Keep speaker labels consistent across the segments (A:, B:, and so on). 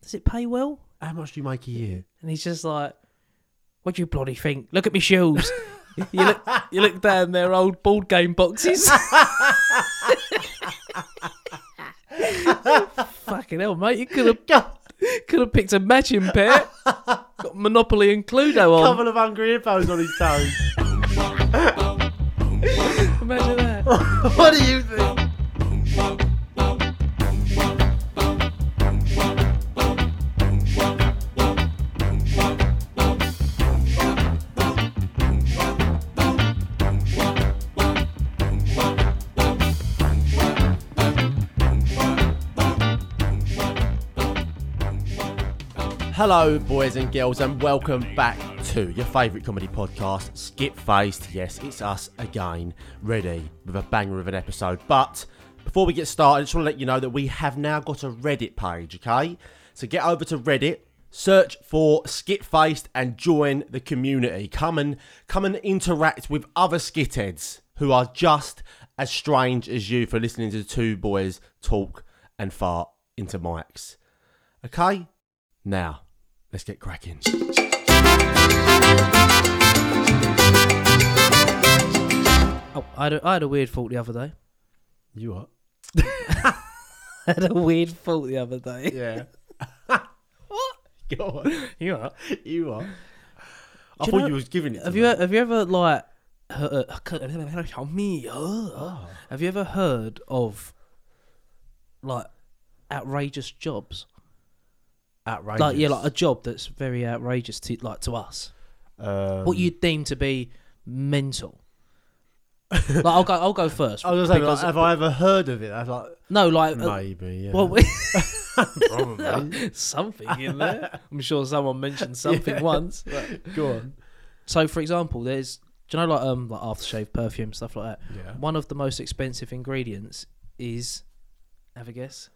A: does it pay well?
B: How much do you make a year?
A: And he's just like, what do you bloody think? Look at me shoes. you, look, you look down their old board game boxes. Fucking hell, mate. You could have could have picked a matching pair. Got Monopoly and Cluedo on.
B: Couple of hungry hippos on his toes.
A: Imagine that.
B: what do you think? Hello, boys and girls, and welcome back to your favourite comedy podcast, Skip Faced. Yes, it's us again, ready with a banger of an episode. But before we get started, I just want to let you know that we have now got a Reddit page, okay? So get over to Reddit, search for Skip Faced, and join the community. Come and come and interact with other skitheads who are just as strange as you for listening to two boys talk and fart into mics. Okay? Now, let's get cracking.
A: Oh, I, had a, I had a weird thought the other day.
B: You what?
A: I had a weird thought the other day.
B: Yeah. what? Go on.
A: You are.
B: You what? I
A: Do you
B: thought
A: know-
B: you was giving it. To
A: Have
B: me.
A: you have you ever like heard, me? uh, Have you ever heard of like outrageous jobs?
B: outrageous?
A: Like yeah, like a job that's very outrageous to like to us.
B: Um,
A: uh, what you deem to be mental. like I'll go I'll go first.
B: I was gonna say, like,
A: because-
B: have I ever heard of it? I was like,
A: no, like uh,
B: maybe. Yeah.
A: well,
B: probably.
A: something in there. I'm sure someone mentioned something once.
B: Go on.
A: So, for example, there's do you know like um like aftershave, perfume, stuff like that.
B: Yeah.
A: One of the most expensive ingredients is, have a guess,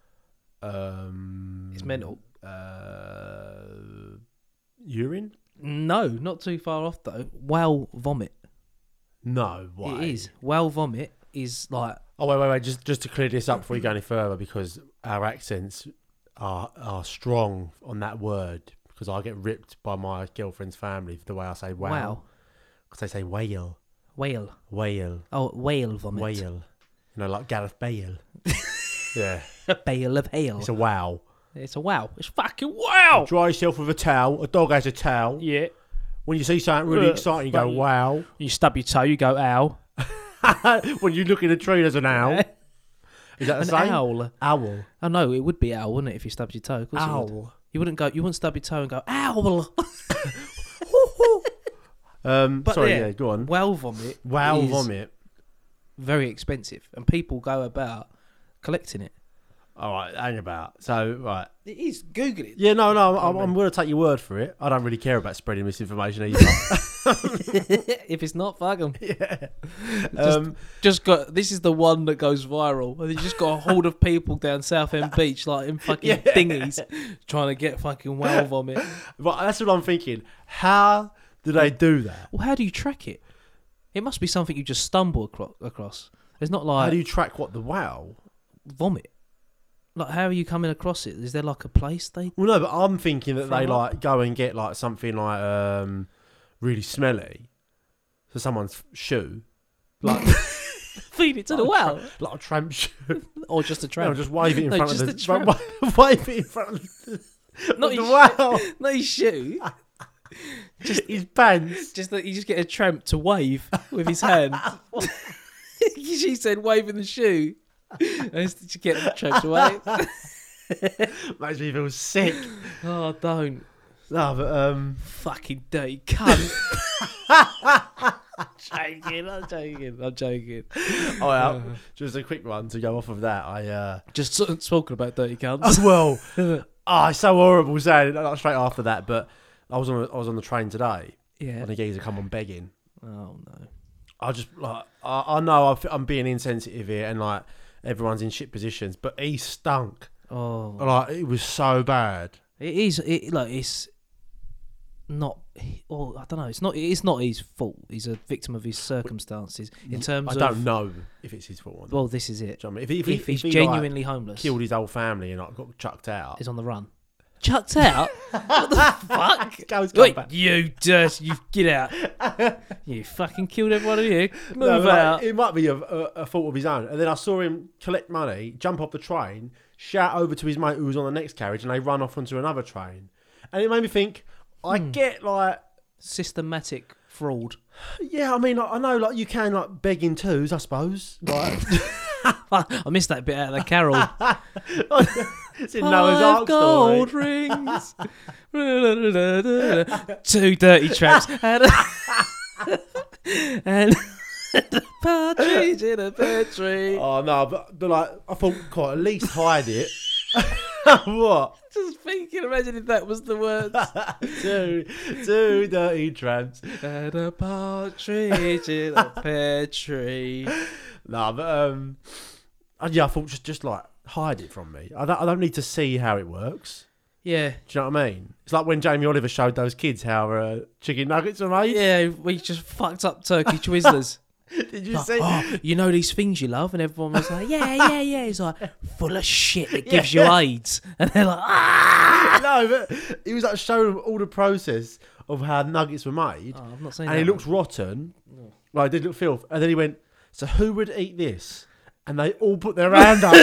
B: Um,
A: it's mental.
B: Uh, urine?
A: No, not too far off though. Whale vomit.
B: No. Why?
A: It is whale vomit is like
B: Oh wait, wait, wait. Just just to clear this up before we go any further, because our accents are are strong on that word. Because I get ripped by my girlfriend's family for the way I say wow.
A: wow,
B: Because they say whale,
A: whale.
B: whale,
A: Oh, whale vomit.
B: whale. You know, like Gareth Bale. yeah,
A: A bale of hail.
B: it's a wow.
A: It's a wow. It's fucking wow.
B: Dry yourself with a towel. A dog has a towel.
A: Yeah.
B: When you see something really
A: Uh,
B: exciting, you go
A: funny.
B: wow.
A: You stub your toe, you go ow.
B: when you look in a tree, there's an owl. Is that the
A: An
B: same?
A: owl.
B: Owl.
A: Oh no, it would be owl, wouldn't it, if you stubbed your toe? Of course it would.
B: Owl.
A: You wouldn't go. You wouldn't stub your toe and go owl.
B: Um,
A: But
B: sorry,
A: yeah.
B: yeah, go on.
A: Whale vomit.
B: Wow,
A: is
B: vomit.
A: Very expensive, and people go about collecting it.
B: All right, hang about. So, right.
A: It is Google it.
B: Yeah, no, no, I'm, I'm going to take your word for it. I don't really care about spreading misinformation either.
A: if it's not, fuck 'em.
B: um,
A: Just got this is the one that goes viral. And You just got a horde of people down Southend Beach, like in fucking dinghies, trying to get fucking whale vomit.
B: but that's what I'm thinking. How do they do that?
A: Well, how do you track it? It must be something you just stumble acro- across. It's not
B: How
A: like
B: do you track what the wow?
A: vomit. Like, how are you coming across it? Is there like a place they?
B: Well, no, but I'm thinking that they
A: Throw up?
B: like go and get like something like um really smelly, so someone's shoe, like
A: Feed it to the whale,
B: like a tramp shoe.
A: or just a
B: No,
A: tramp?
B: just wave it in
A: No,
B: front of
A: just
B: the
A: a tramp.
B: wa- wave it in front of the,
A: Not
B: of the
A: his
B: wow.
A: No, you shoot.
B: His pants.
A: Just that you just get a tramp to wave with his hand. she said waving the shoe. And it's to get the tramp to wave.
B: Makes me feel sick.
A: Oh, don't
B: No, but um.
A: fucking dirty cunt. I'm joking. I'm joking. I'm joking.
B: Oh, yeah. just a quick one to go off of that. I uh,
A: Just sort of talking about dirty cunts.
B: as well. Ah, it's so horrible saying it not straight after that. But I was on a, I was on the train today,
A: Yeah.
B: and the geezer come on begging.
A: Oh no.
B: I just like I, I know I've, I'm being insensitive here, and like everyone's in shit positions, but he stunk.
A: Oh,
B: Like it was so bad.
A: it is. It like it's not. Oh, I don't know. It's not. It's not his fault. He's a victim of his circumstances. In terms
B: I
A: of,
B: don't know if it's his fault. Or not.
A: well, this is it.
B: Do you know what I mean? If, he- if,
A: If
B: he-
A: he's
B: if he, like,
A: genuinely homeless,
B: killed his whole family and like, got chucked out,
A: is on the run. chucked out. what the fuck?
B: Goes
A: Wait,
B: back.
A: you dirt, you get out. you fucking killed everyone of you. Move
B: No, but
A: out.
B: It might be a, a, a fault of his own. And then I saw him collect money, jump off the train, shout over to his mate who was on the next carriage, and they run off onto another train. And it made me think, I
A: Hmm.
B: get like,
A: Systematic fraud.
B: yeah, I mean, I I know like you can like beg in twos, I suppose. Like,
A: I missed that bit out of the carol.
B: it's in Noah's
A: Five
B: Ark
A: gold
B: story.
A: rings. Two dirty traps. And a, and a partridge in a pear tree.
B: Oh no, but, but like I thought, quite at least hide it. what?
A: Just thinking, imagine if that was the words.
B: two, two dirty tramps.
A: and a partridge in a pear tree.
B: Nah, but um, uh, yeah, I thought just just like hide it from me. I don't, I don't need to see how it works.
A: Yeah.
B: Do you know what I mean? It's like when Jamie Oliver showed those kids how uh, chicken nuggets are made.
A: Yeah, we just fucked up turkey twizzlers.
B: Did you
A: Like,
B: see?
A: "Oh, you know these things you love, and everyone was like, "Yeah, yeah, yeah." He's like, "Full of shit that gives you AIDS," and they're like, "Ah!"
B: no, but he was like showing them all the process of how nuggets were made,
A: Oh, I've not seen
B: and
A: that.
B: he looked rotten. Like, did look filth, and then he went. So who would eat this? And they all put their hand up.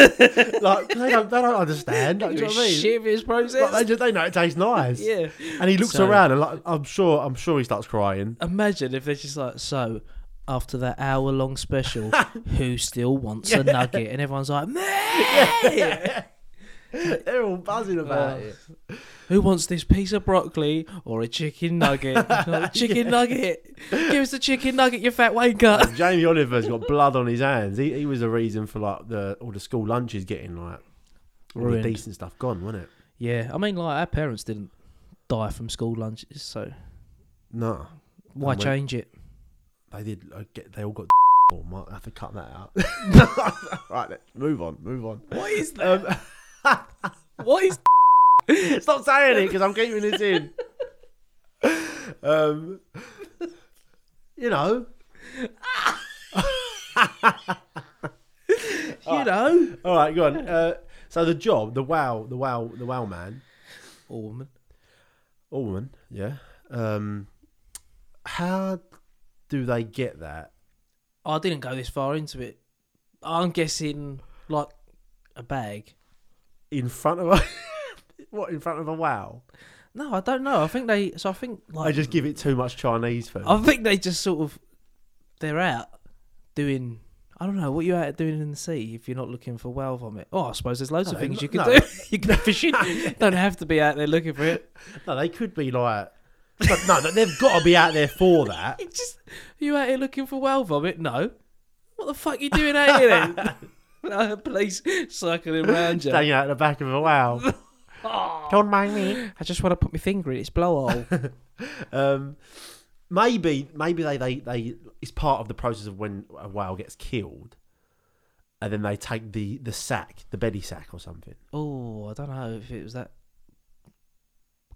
B: like they don't, they don't understand. Like, do you know what I mean?
A: Shivers
B: Like,
A: process.
B: they, just, they know it tastes nice.
A: yeah.
B: And he looks
A: So-
B: around, and like, I'm sure, I'm sure he starts crying.
A: Imagine if they're just like, so after that hour long special, who still wants a nugget? And everyone's like, me.
B: They're all buzzing about it.
A: Who wants this piece of broccoli or a chicken nugget? Like, chicken nugget. Give us the chicken nugget, you fat wanker.
B: Jamie Oliver's got blood on his hands. He, he was the reason for like the all the school lunches getting like all
A: Ruined.
B: the decent stuff gone, wasn't it?
A: Yeah, I mean, like our parents didn't die from school lunches, so
B: No,
A: why
B: And we-
A: change it?
B: they did. Like, get, they all got. form. I have to cut that out. right, let's move on. Move on.
A: What is that?
B: Um,
A: What is?
B: Stop saying it because I'm keeping this in. Um, you know.
A: You know,
B: All right, go on. Uh, so the job, the wow, the wow, the wow man
A: or woman.
B: or woman, yeah. Um, how do they get that?
A: I didn't go this far into it. I'm guessing like a bag.
B: in front of a what in front of a wow.
A: No, I don't know. I think they. So I think like Oh.
B: I just give it too much Chinese food.
A: I think they just sort of they're out doing. I don't know what you're out doing in the sea if you're not looking for whale vomit. Oh, I suppose there's loads
B: No,
A: of things you can do.
B: no.
A: you can fish it. don't have to be out there looking for it.
B: No, they could be like, but no, they've got to be out there for that.
A: It just are you out here looking for whale vomit? No. What the fuck you doing out here then? no, police cycling around you. Ah.
B: Staying out the back of a wow. Don't mind me.
A: I just want to put my finger in its blowhole.
B: Um, maybe, maybe they, they, they. It's part of the process of when a whale gets killed, and then they take the the sack, the belly sack or something.
A: oh, I don't know if it was that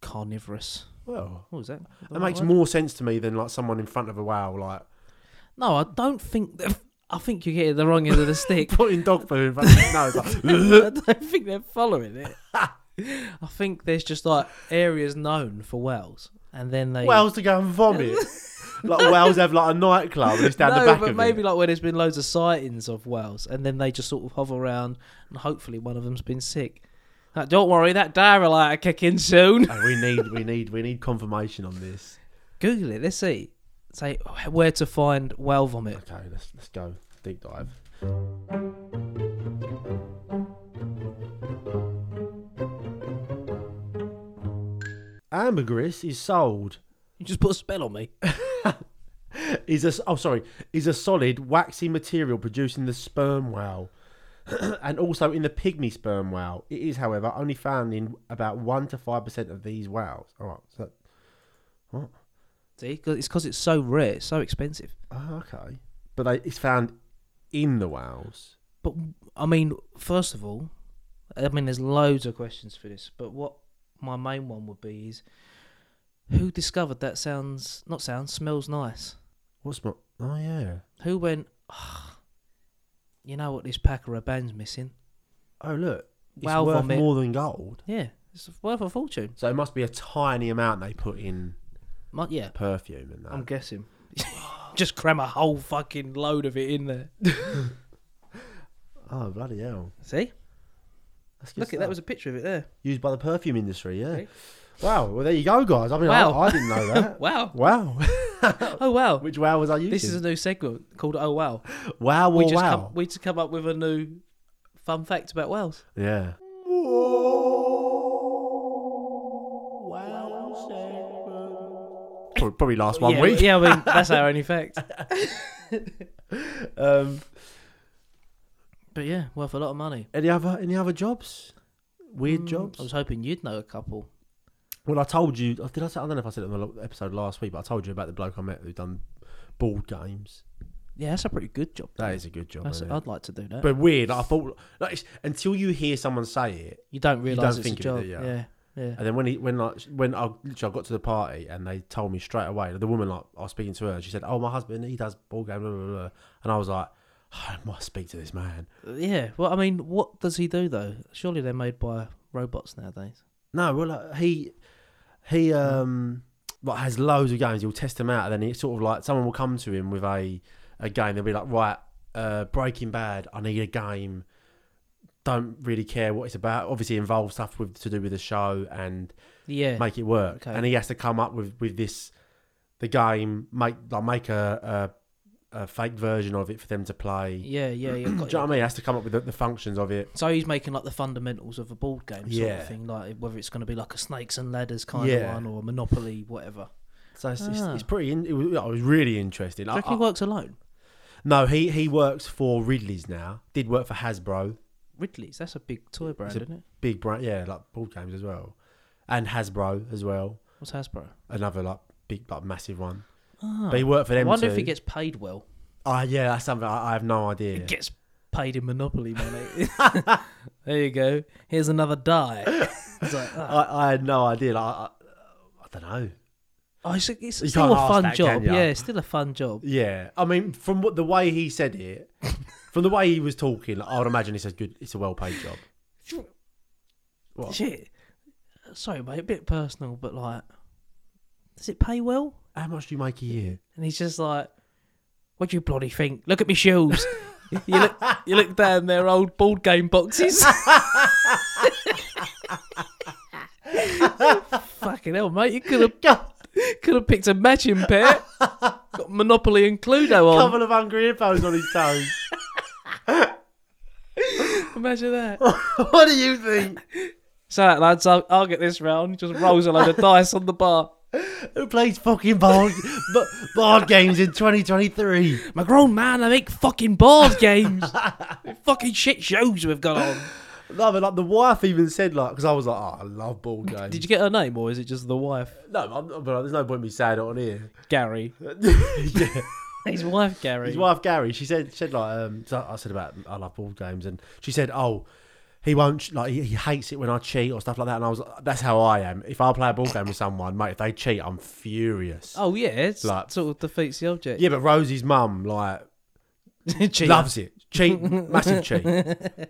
A: carnivorous.
B: Well,
A: What was that?
B: that makes more sense to me than like someone in front of a whale, like
A: No, I don't think. I think you're getting the wrong end of the stick.
B: putting dog food in front. of No, it's like,
A: I don't think they're following it. I think there's just like areas known for whales, and then they
B: Wales to go and vomit. like Wales have like a nightclub and it's down
A: no,
B: the back
A: but
B: of
A: maybe
B: it.
A: like where there's been loads of sightings of whales, and then they just sort of hover around, and hopefully one of them's been sick. Like, don't worry, that diarrhea light will kick in soon.
B: Oh, we need we need we need confirmation on this.
A: Google it. Let's see. Say where to find whale vomit.
B: Okay, let's let's go deep dive. Ambergris is sold.
A: You just put a spell on me.
B: Is a s- oh sorry is a solid waxy material produced in the sperm whale, and also in the pygmy sperm whale. It is, however, only found in about one to five percent of these whales. All right, so
A: See, 'Cause it's because it's so rare, it's so expensive.
B: Oh, okay. But they, it's found in the whales.
A: But I mean, first of all, I mean, there's loads of questions for this. But what my main one would be is, who discovered that sounds not sounds smells nice?
B: What's my? Oh yeah.
A: Who went? "Ah, "Ugh, you know what? This packer of band's missing.
B: Oh look, it's
A: Whale
B: worth
A: vomit.
B: more than gold.
A: Yeah, It's worth a fortune.
B: So it must be a tiny amount they put in
A: My, yeah,
B: perfume and that.
A: I'm guessing. Just cram a whole fucking load of it in there.
B: oh bloody hell!
A: See,
B: That's good
A: look at
B: stuff.
A: that was a picture of it there.
B: used by the perfume industry. Yeah.
A: See?
B: Wow. Well, there you go, guys. I mean,
A: Wow.
B: I, I didn't know that.
A: Wow.
B: wow.
A: Oh wow.
B: Which wow was I using?
A: This is a new segment called Oh Wow.
B: wow.
A: We
B: Well,
A: just
B: wow.
A: come, we just come up with a new fun fact about Wales.
B: Yeah. Prob- Probably last one
A: yeah,
B: week.
A: Yeah, I mean that's our only fact.
B: Um,
A: But yeah, worth a lot of money.
B: any other any other jobs? Weird
A: I was
B: jobs.
A: hoping you'd know a couple.
B: Mm, Well, I told you. Did I? Say, I don't know if I said it on the lo- episode last week, but I told you about the bloke I met who done board games.
A: Yeah, that's a pretty good job.
B: That is a good job.
A: That's,
B: isn't it?
A: I'd like to do that.
B: But weird. I thought like, it's- until you hear someone say it,
A: you don't realise
B: don't
A: it's a
B: think of
A: job.
B: it, do you?
A: yeah, yeah.
B: and then when he when like when I literally I got to the party and they told me straight away. The woman like I was speaking to her, she said, "Oh, my husband, he does ball game." Blah, blah, blah. And I was like, "I must speak to this man."
A: Yeah. Well, I mean, what does he do though? Surely they're made by robots nowadays.
B: No, well, like, he he um like has loads of games. He'll test them out, and then it's sort of like someone will come to him with a a game. They'll be like, right, uh, Breaking Bad. I need a game. Don't really care what it's about. Obviously, involves stuff with to do with the show and
A: Yeah.
B: make it work.
A: Okay.
B: And he has to come up with with this the game make like make a. a a fake version of it for them to play.
A: Yeah, yeah, yeah. got
B: Do you
A: you.
B: know what I mean? He has to come up with the, the functions of it.
A: So he's making like the fundamentals of a board game sort
B: Yeah.
A: of thing, like whether it's going to be like a snakes and ladders kind
B: Yeah.
A: of one or a Monopoly, whatever.
B: So it's, it's,
A: Ah.
B: it's pretty. In, it was, I was really interested.
A: Do you reckon he works alone?
B: No, he he works for Ridley's now. Did work for Hasbro,
A: Ridley's, that's a big toy brand,
B: a-
A: isn't it?
B: big brand, yeah, like board games as well, and Hasbro as well,
A: What's Hasbro?
B: another like big like massive one.
A: Ah.
B: But he worked for
A: I
B: them.
A: wonder
B: too.
A: if he gets paid well.
B: Oh yeah, that's something I, I have no idea.
A: He gets paid in Monopoly money. there you go. Here's another die. It's like, ah.
B: I, I had no idea. Like, I, I, I don't know.
A: oh, it's, it's
B: You
A: still
B: can't
A: a
B: ask
A: fun
B: that,
A: job.
B: can ya?
A: Yeah, it's still a fun job.
B: Yeah, I mean, from what the way he said it, from the way he was talking, like, I would imagine it's a good, it's a well paid job. What?
A: Shit. Sorry, mate, a bit personal, but like, does it pay well?
B: How much do you make a year?
A: And he's just like, what do you bloody think? Look at me shoes. you, look, you look down their old board game boxes. Fucking hell, mate. You could have could have picked a matching pair. Got Monopoly and Cluedo on.
B: Couple of hungry hippos on his toes.
A: Imagine that.
B: what do you think?
A: So, lads, I'll, I'll get this round. Just rolls a load of dice on the bar.
B: Who plays fucking board, b- board games in 2023?
A: I'm a grown man. I make fucking board games. fucking shit shows we've got on.
B: No, but like the wife even said like, because I was like, oh, I love board games.
A: Did you get her name or is it just the wife?
B: No, I'm, not- but there's no point in me saying it on here.
A: Gary.
B: yeah.
A: His wife, Gary.
B: His wife Gary, she said, said like, um, so I said about I love board games, and she said, oh. He won't like he, he hates it when I cheat or stuff like that, and I was like, that's how I am. If I play a board game with someone, mate, if they cheat, I'm furious.
A: Oh yeah, it's
B: Like-
A: sort of defeats the object.
B: Yeah, but Rosie's mum like
A: Cheater.
B: loves it, cheat, massive cheat,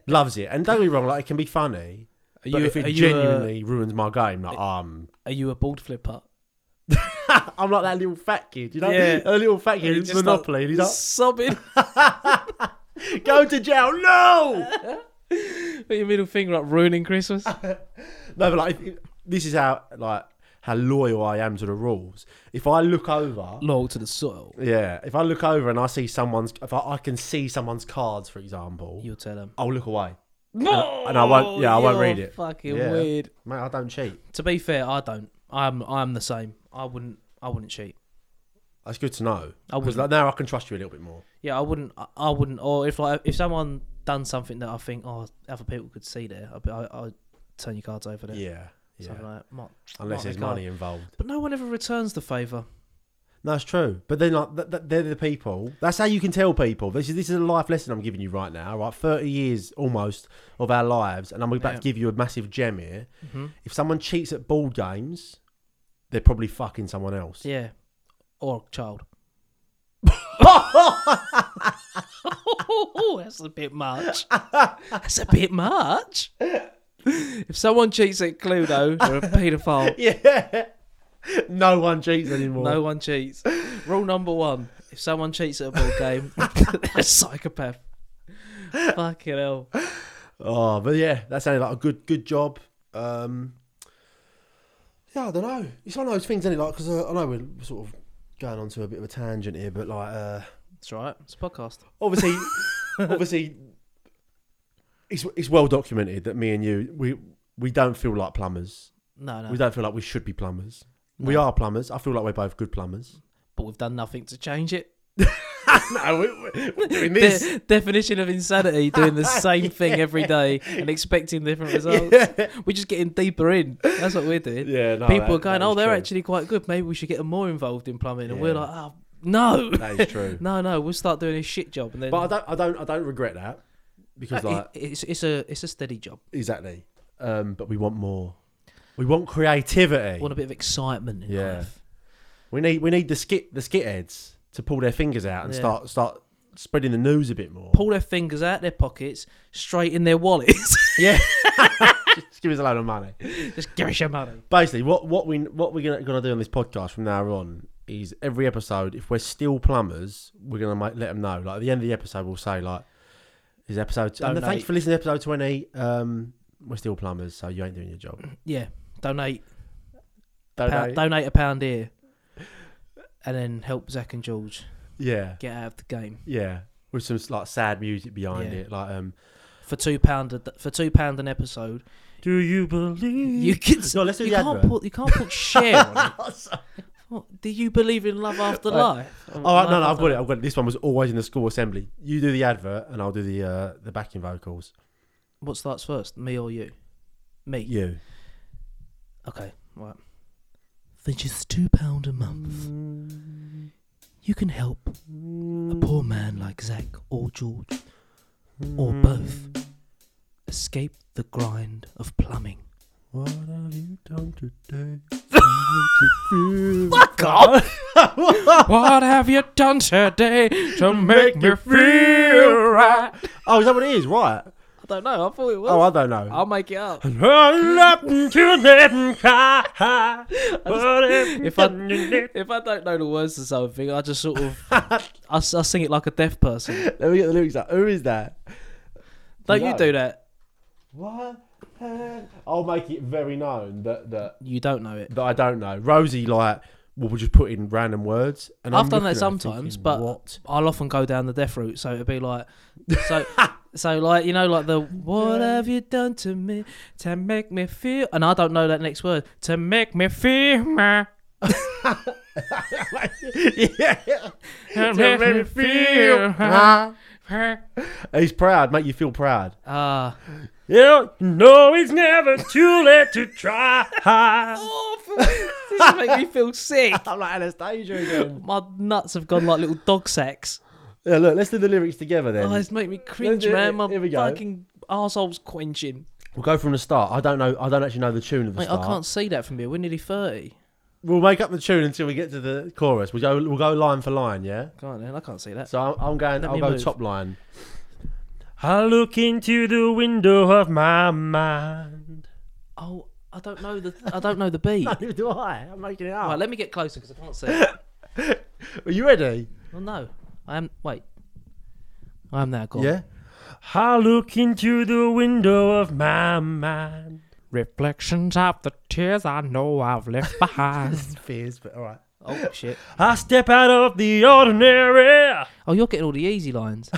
B: loves it, and don't be wrong, like it can be funny,
A: Are
B: But
A: you,
B: if it
A: are, you a,
B: genuinely ruins my game, like um,
A: are you a bald flipper?
B: I'm like that little fat kid, you know,
A: Yeah.
B: a little fat
A: And
B: kid
A: he
B: who's
A: just
B: Monopoly. and he's
A: Sobbing
B: like, go to jail, no,
A: with your middle finger up, ruining Christmas.
B: no. But like, if- this is how like how loyal I am to the rules. If I look over,
A: Loyal to the soil.
B: yeah, if I look over and I see someone's, if I, I can see someone's cards, for example,
A: You'll tell him.
B: I'll look away.
A: No,
B: and I won't- yeah, I won't read it.
A: Fucking
B: Yeah.
A: weird.
B: Mate, I don't cheat.
A: To be fair, I don't. I'm I'm the same. I wouldn't I wouldn't cheat.
B: That's good to know.
A: I
B: Because
A: wouldn't.
B: like, now I can trust you a little bit more.
A: yeah, I wouldn't I, I wouldn't or if like if someone done something that I think oh other people could see there, I'd be, I I'd turn your cards over there.
B: Yeah, yeah.
A: So I'm like, Mark,
B: Unless
A: Mark
B: there's
A: the card.
B: money involved.
A: But no one ever returns the favour.
B: No, it's true. But then, like, th- th- they're the people. That's how you can tell people. This is this is a life lesson I'm giving you right now. Right, thirty years almost of our lives, and I'm about
A: Yeah.
B: to give you a massive gem here.
A: Mm-hmm.
B: If someone cheats at board games, they're probably fucking someone else.
A: Yeah. Or a child. that's a bit much. That's a bit much. If someone cheats at Cluedo, they're a paedophile.
B: yeah. No one cheats anymore.
A: No one cheats. Rule number one: if someone cheats at a board game, they're a psychopath. Fucking hell.
B: Oh, but yeah, that sounded like a good good job. Um, yeah, I don't know. It's one of those things, isn't it? Like, because uh, I know we're sort of going on to a bit of a tangent here, but like, uh,
A: That's right. It's a podcast.
B: obviously, obviously, it's it's well documented that me and you we we don't feel like plumbers.
A: No, no.
B: We don't feel like we should be plumbers. We
A: No.
B: are plumbers. I feel like we're both good plumbers.
A: But we've done nothing to change it.
B: no, we, we're doing this.
A: De- definition of insanity: doing the same thing every day and expecting different results. We're just getting deeper in. That's what we're doing.
B: Yeah, no,
A: People
B: that-
A: are going,
B: that
A: "Oh,
B: is
A: they're
B: true.
A: actually quite good. Maybe we should get them more involved in plumbing." And we're
B: Yeah.
A: like, "Oh, no,
B: That is true.
A: no, no. We'll start doing a shit job." And then,
B: But I don't, I don't, I don't regret that because
A: Uh,
B: like
A: it- it's it's a it's a steady job.
B: exactly. Um, but we want more. We want creativity.
A: want a bit of excitement in
B: Yeah.
A: life.
B: We need, we need the skit, the skit heads to pull their fingers out and
A: Yeah.
B: start, start spreading the news a bit more.
A: Pull their fingers out their pockets, straight in their wallets.
B: Yeah, just give us a load of money.
A: Just give us your money.
B: Basically, what what we what we're gonna, gonna do on this podcast from now on is every episode, if we're still plumbers, we're gonna make, let them know. Like at the end of the episode, we'll say like, "Is episode? And
A: Donate.
B: thanks for listening to episode twenty. Um, we're still plumbers, so you ain't doing your job.
A: Yeah, donate
B: Don't
A: donate, donate a pound here, and then help Zach and George
B: Yeah,
A: get out of the game
B: yeah. With some like sad music behind
A: Yeah.
B: it, like um.
A: for two pound a, for two pound an episode.
B: Do you believe?
A: You can
B: no, let's do
A: you
B: the
A: can't
B: advert.
A: put you can't put share on it. What, do you believe in love after life?
B: All right, no, no, I've got it. I've got it. This one was always in the school assembly. You do the advert, and I'll do the uh, the backing vocals.
A: What starts first, me or you? Me.
B: You.
A: Okay, right. For just two pound a month, you can help a poor man like Zach or George
B: Mm,
A: or both escape the grind of plumbing.
B: What have you done today?
A: Fuck off! what have you done today to make me feel right?
B: Oh, is that what it is? Right.
A: I don't know. I thought it was.
B: Oh, I don't know.
A: I'll make it up. If
B: if
A: I if I don't know the words to something, I just sort of I, s- I sing it like a deaf person.
B: Let me get the lyrics out. Who is that?
A: Don't you
B: No.
A: do that?
B: What? I'll make it very known that that,
A: You don't know it.
B: that I don't know. Rosie like will just put in random words, and I'm
A: I've done
B: looking
A: that
B: at her
A: sometimes,
B: thinking,
A: but
B: what?
A: I'll often go down the death route, so it'd be like, so, so like you know, like the "What have you done to me to make me feel?" and I don't know that next word to make me feel. meh,
B: yeah.
A: To make me feel. meh.
B: He's proud. Make you feel proud.
A: Ah,
B: Yeah, no, it's never too late to try.
A: Oh, this is making me feel sick.
B: I'm like Anastasia again.
A: My nuts have gone like little dog sacks.
B: Yeah, look, let's do the lyrics together then.
A: Oh, it's making me cringe,
B: do it.
A: man. My
B: Here we go.
A: fucking arsehole's quenching.
B: We'll go from the start. I don't know. I don't actually know the tune of the
A: Mate,
B: start.
A: I can't see that from here. We're nearly thirty.
B: We'll make up the tune until we get to the chorus. We'll go. We'll go line for line. Yeah.
A: Can't, I can't see that.
B: So I'm, I'm going.
A: Let
B: I'll
A: me
B: go
A: move.
B: top line. I look into the window of my mind.
A: Oh, I don't know the, I don't know the beat.
B: Who do I? I'm making it
A: Right,
B: up.
A: let me get closer because I can't see. it.
B: Are you ready?
A: Well, no, I am. Wait, I am now gone.
B: Yeah. I look into the window of my mind.
A: Reflections of the tears I know I've left behind.
B: It's fierce, but all right.
A: oh shit!
B: I step out of the ordinary.
A: Oh, you're getting all the easy lines.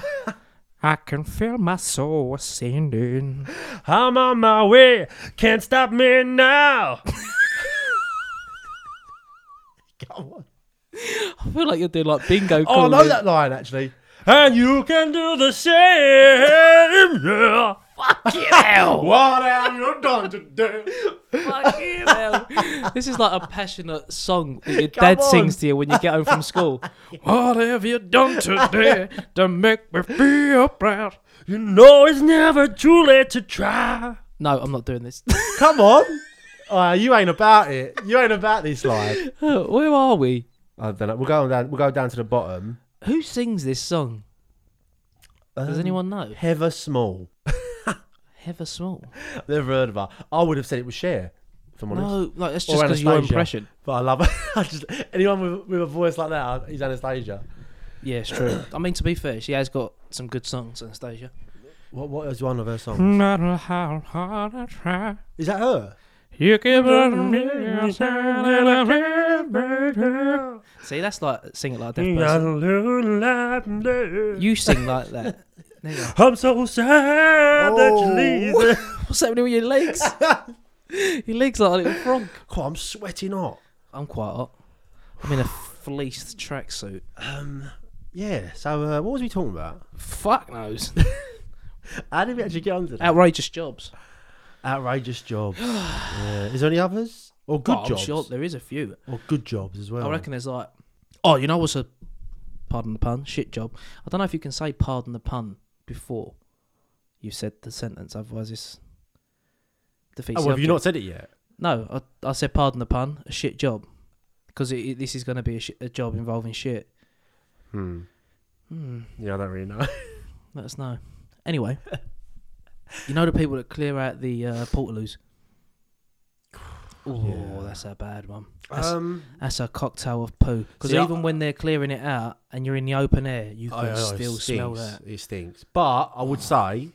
A: I can feel my soul ascending.
B: I'm on my way. Can't stop me now. Come on.
A: I feel like you're doing like bingo.
B: Oh, I
A: calling.
B: know that line actually. And you can do the same. Yeah. Fuck you. what have you done today?
A: Fucking hell. This is like a passionate song that your
B: Come
A: dad
B: on.
A: sings to you when you get home from school. what have you done today to make me feel proud?
B: You know it's never too late to try.
A: No, I'm not doing this.
B: Come on. Uh, you ain't about it. You ain't about this line.
A: Where are we?
B: I don't know. We'll go on down. We'll go down to the bottom.
A: Who
B: Um,
A: sings this song? Does anyone know?
B: Heather Small.
A: Heather Small.
B: Never heard of her. I would have said it was Cher, if I'm honest.
A: No, like that's
B: Or
A: just because your
B: Anastasia.
A: impression.
B: But I love her. I just, anyone with, with a voice like that is Anastasia.
A: Yeah, it's true. I mean, to be fair, she has got some good songs, Anastasia.
B: What What is one of her songs?
A: matter how hard I try,
B: Is that her?
A: you give See, that's like sing it like a deaf person. You sing like that. There you go.
B: I'm so sad that you leave.
A: What's happening with your legs? your legs are like a little frog.
B: God, I'm sweating hot.
A: I'm quite hot. I'm in a fleeced tracksuit.
B: Um, yeah. So uh, what was we talking about?
A: Fuck knows.
B: How did we actually get onto that?
A: Outrageous jobs.
B: Outrageous jobs. yeah. Is there any others? Or good
A: Well, I'm
B: jobs?
A: sure there is a few.
B: Or good jobs as well.
A: I reckon there's like, oh, you know what's a, pardon the pun, shit job. I don't know if you can say pardon the pun before you said the sentence, otherwise it's defeats.
B: Oh,
A: the
B: well, have you not
A: object.
B: said it yet?
A: No, I, I said pardon the pun, a shit job, because it, it- this is going to be a, shi a job involving shit.
B: Hmm.
A: Hmm,
B: Yeah, I don't really know.
A: let us know. Anyway, you know the people that clear out the uh, portaloos. Oh,
B: Yeah.
A: that's a bad one. That's,
B: Um,
A: That's a cocktail of poo. Because
B: See, I-
A: even when they're clearing it out and you're in the open air, you can
B: I- I- it
A: still
B: stinks.
A: smell that.
B: It stinks. But I would say,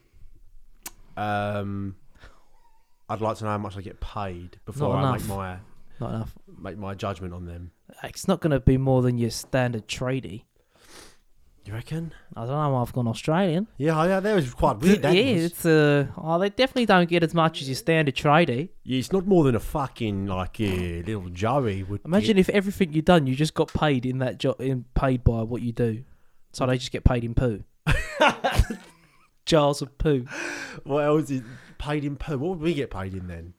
B: um, I'd like to know how much I get paid before
A: Not
B: I
A: enough.
B: make my
A: Not enough.
B: make my judgment on them.
A: It's not going to be more than your standard tradie.
B: You reckon?
A: I don't know why I've gone Australian.
B: Yeah, yeah. That was quite weird.
A: yeah,
B: that was.
A: it's uh, oh, they definitely don't get as much as your standard tradie.
B: Yeah, it's not more than a fucking like a little Joey would.
A: Imagine if everything you done, you just got paid in that job, in paid by what you do. So they just get paid in poo. Jars of poo.
B: get. what else is paid in poo? What would we get paid in then?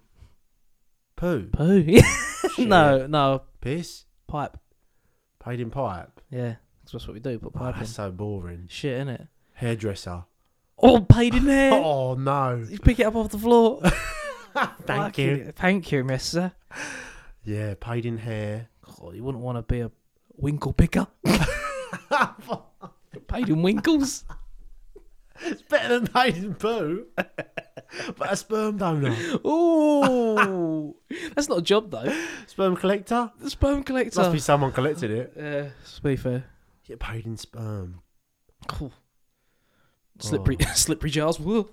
B: Poo,
A: Poo.
B: Shit.
A: no, no,
B: piss,
A: pipe.
B: paid in pipe.
A: Yeah, 'cause that's what we do. Put
B: Oh,
A: pipe in.
B: that's so boring.
A: Shit, innit?
B: Hairdresser.
A: All paid in there.
B: Oh no.
A: You pick it up off the floor.
B: Thank
A: Fucking-
B: you.
A: Thank you, mister.
B: Yeah, paid in hair.
A: God, you wouldn't want to be a winkle picker. Get paid in winkles.
B: It's better than paid in poo. but a sperm donor,
A: Ooh. That's not a job, though.
B: sperm collector.
A: The sperm collector.
B: Must be someone collected it.
A: Yeah, to be fair.
B: Get paid in sperm.
A: Cool. Slippery, slippery jars. Whoa.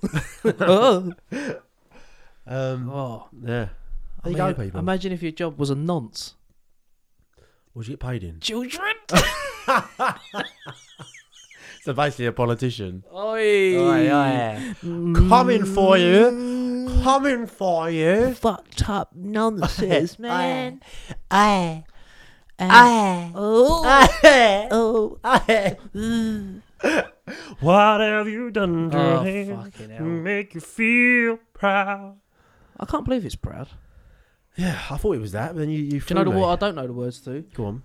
A: oh.
B: Um.
A: Oh.
B: Yeah. There you
A: Ima-
B: go, people.
A: Imagine if your job was a nonce.
B: What'd you get paid in?
A: Children.
B: So basically, a politician.
A: Oi.
B: Mm. Coming for you. Coming for you.
A: Fucked up nonsense, man.
C: Aye.
A: And-
B: Ah.
C: Aye.
A: Oh.
C: Aye.
A: Oh.
C: Aye.
B: What have you done
A: Oh,
B: to him
A: fucking
B: to
A: hell.
B: make you feel proud?
A: I can't believe it's proud.
B: Yeah, I thought it was that, but then you, you
A: Do you know the what? I don't know the words to.
B: Go on.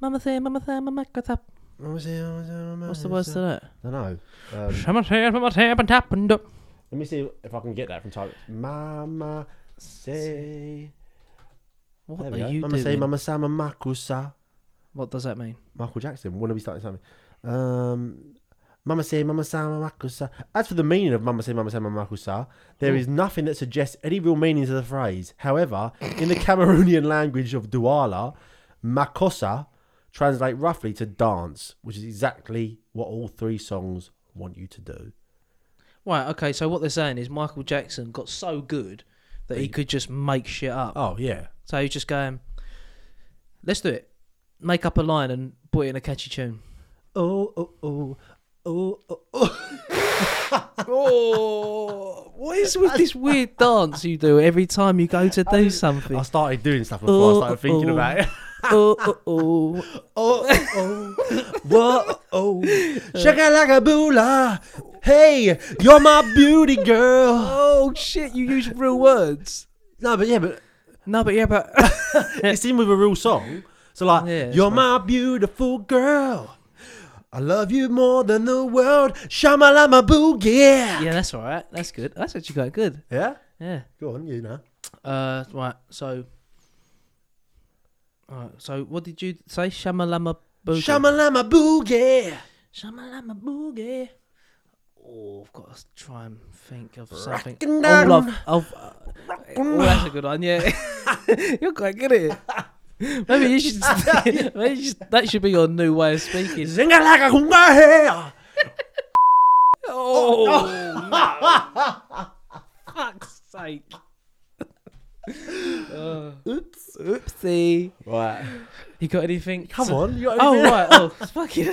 A: Mama say, mama say, mama tap. What's the words to that?
B: I don't know. Um,
A: Mama say, mama say, mama tap and up.
B: let me see if I can get that from time. Mama say. There
A: What
B: we
A: are
B: go.
A: you
B: Mama say,
A: doing?
B: Mama say, Mama Makusa.
A: What does that mean?
B: Michael Jackson. When are we starting something? Um, Mama say, Mama say, Mama Makusa. As for the meaning of Mama say, Mama say, Mama Makusa, there is nothing that suggests any real meaning to the phrase. However, in the Cameroonian language of Douala, Makosa translate roughly to dance, which is exactly what all three songs want you to do.
A: Right, okay, so what they're saying is Michael Jackson got so good that he could just make shit up.
B: Oh yeah,
A: So he's just going, let's do it. Make up a line and put it in a catchy tune.
B: Oh, oh, oh. Oh, oh, oh.
A: Oh, what is with this weird dance you do every time you go to do something?
B: I started doing stuff before
A: Oh,
B: I started
A: oh,
B: thinking
A: oh.
B: about it.
A: oh, oh, oh.
B: Oh, oh, whoa, oh, shakalakaboola. Hey, you're my beauty girl.
A: Oh shit! You use real words.
B: No, but yeah, but
A: No, but yeah, but
B: it's in with a real song. So like,
A: Yeah, it's
B: you're my beautiful girl. I love you more than the world. Shamalama boogie. Yeah.
A: yeah, that's all right. That's good. That's actually quite good.
B: yeah,
A: Yeah.
B: go on, you know.
A: Uh, right. So, all right. So, what did you say? Shamalama boogie.
B: Shamalama boogie.
A: Shamalama boogie. Oh, I've got to try and think of something.
B: Rackin'
A: Oh, love.
B: down.
A: Oh, uh, oh, that's a good one. Yeah, you're quite good at it. Maybe you should. maybe you should- that should be your new way of speaking.
B: Sing it like a hunga here.
A: Oh, no. fuck's sake!
B: Oops. Oops.
A: See,
B: Right.
A: you got anything?
B: Come
A: to-
B: on. You got
A: Oh right. Oh, it's fucking.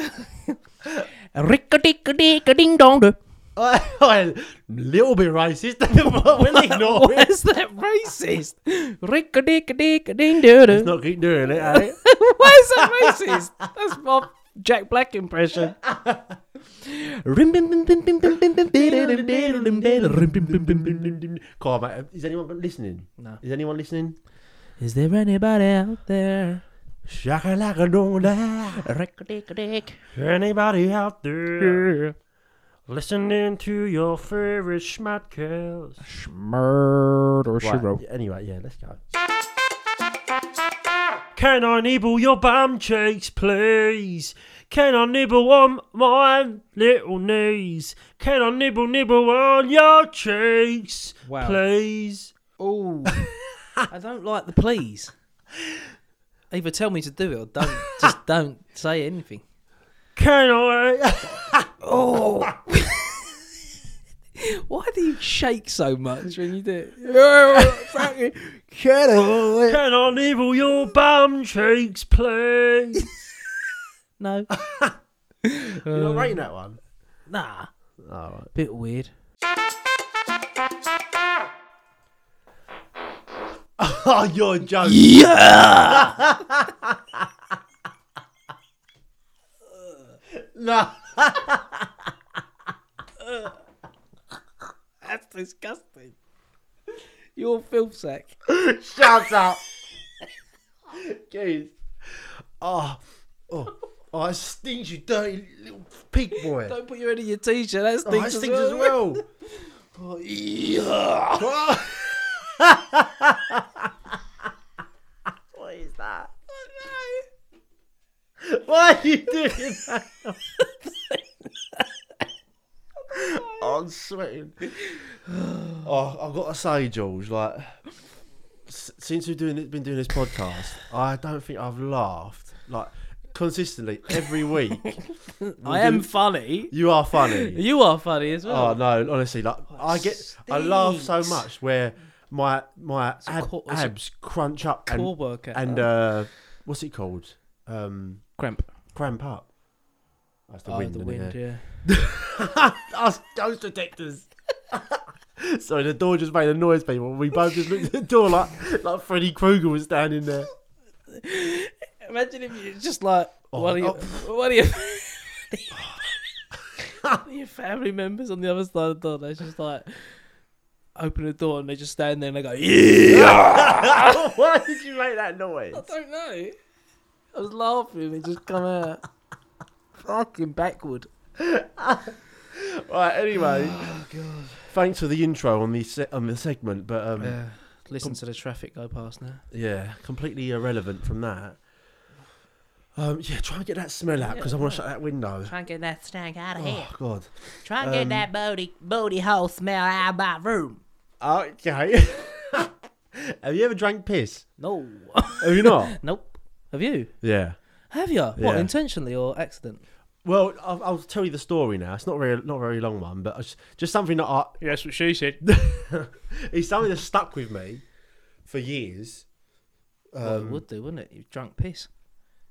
A: Ricka dicka dicka ding dong. do.
B: a little bit racist, but we'll ignore
A: Why
B: it.
A: is that racist? Ricka dicka dicka ding doo doo.
B: Let's not keep doing it, eh?
A: Why is that racist? That's my Jack Black impression.
B: Come on, mate. Is anyone listening?
A: No.
B: Is anyone listening?
A: Is there anybody out there?
B: Shaka like a dong
A: Ricka dicka dick.
B: Anybody out there listening to your favorite schmatcast?
A: Murder
B: Right, Anyway, yeah, let's go. Can I nibble your bum cheeks, please? Can I nibble on my little knees? Can I nibble, nibble on your cheeks,
A: Wow.
B: please?
A: Oh, I don't like the please. Either tell me to do it or don't. Just don't say anything.
B: Can I?
A: Oh. Why do you shake so much when you do it? Shut up.
B: Can I nibble your bum cheeks, please?
A: No.
B: You're not rating that one.
A: Nah.
B: All right.
A: Bit weird.
B: Oh, you're joking.
A: Yeah!
B: No.
A: That's disgusting. You're a filth sack.
B: Shut up. Jeez. Oh, oh, oh, it stinks, you dirty little pig boy.
A: Don't put your head in your t shirt. That
B: oh, it
A: stinks,
B: stinks as well.
A: Yeah.
B: Oh. what is that? Why are you doing that? oh, I'm sweating. Oh, I've got to say, Jules, like s- since we've doing been doing this podcast, I don't think I've laughed like consistently every week.
A: I am funny.
B: You are funny.
A: You are funny as
B: Oh
A: well.
B: no, honestly, like I get, I laugh so
A: stinks.
B: much where my my ab,
A: cor- it's a
B: abs crunch up
A: Core
B: and
A: worker. Oh,
B: and uh, what's it called? Um,
A: cramp.
B: cramp up. That's the
A: oh,
B: wind.
A: the
B: isn't
A: wind,
B: it?
A: yeah.
B: Us ghost detectors. Sorry, the door just made a noise, people. We both just looked at the door like like Freddy Krueger was standing there.
A: Imagine if you just like
B: Oh,
A: one, of your, one, of your, one of your family members on the other side of the door. They just like open the door and they just stand there and they go, "Yeah."
B: Why did you make that noise?
A: I don't know. I was laughing. It just come out fucking backward.
B: Right. Anyway,
A: Oh,
B: thanks for the intro on the se- on the segment, but um.
A: Yeah. Listen to the traffic go past now.
B: Yeah, completely irrelevant from that. Um, yeah, try and get that smell out because I want to shut that window.
C: Try and get that stank out of here.
B: Oh God.
C: Try and get
B: Um,
C: that booty booty hole smell out of my room.
B: Okay. Have you ever drank piss?
A: No.
B: Have you not?
A: nope. Have you?
B: yeah.
A: Have you? What,
B: Yeah.
A: intentionally or accident?
B: Well, I'll, I'll tell you the story now. It's not very not a very long one, but it's just something that I
A: Yeah, that's what she said.
B: it's something that stuck with me for years.
A: well, it would do, wouldn't it? You drunk piss.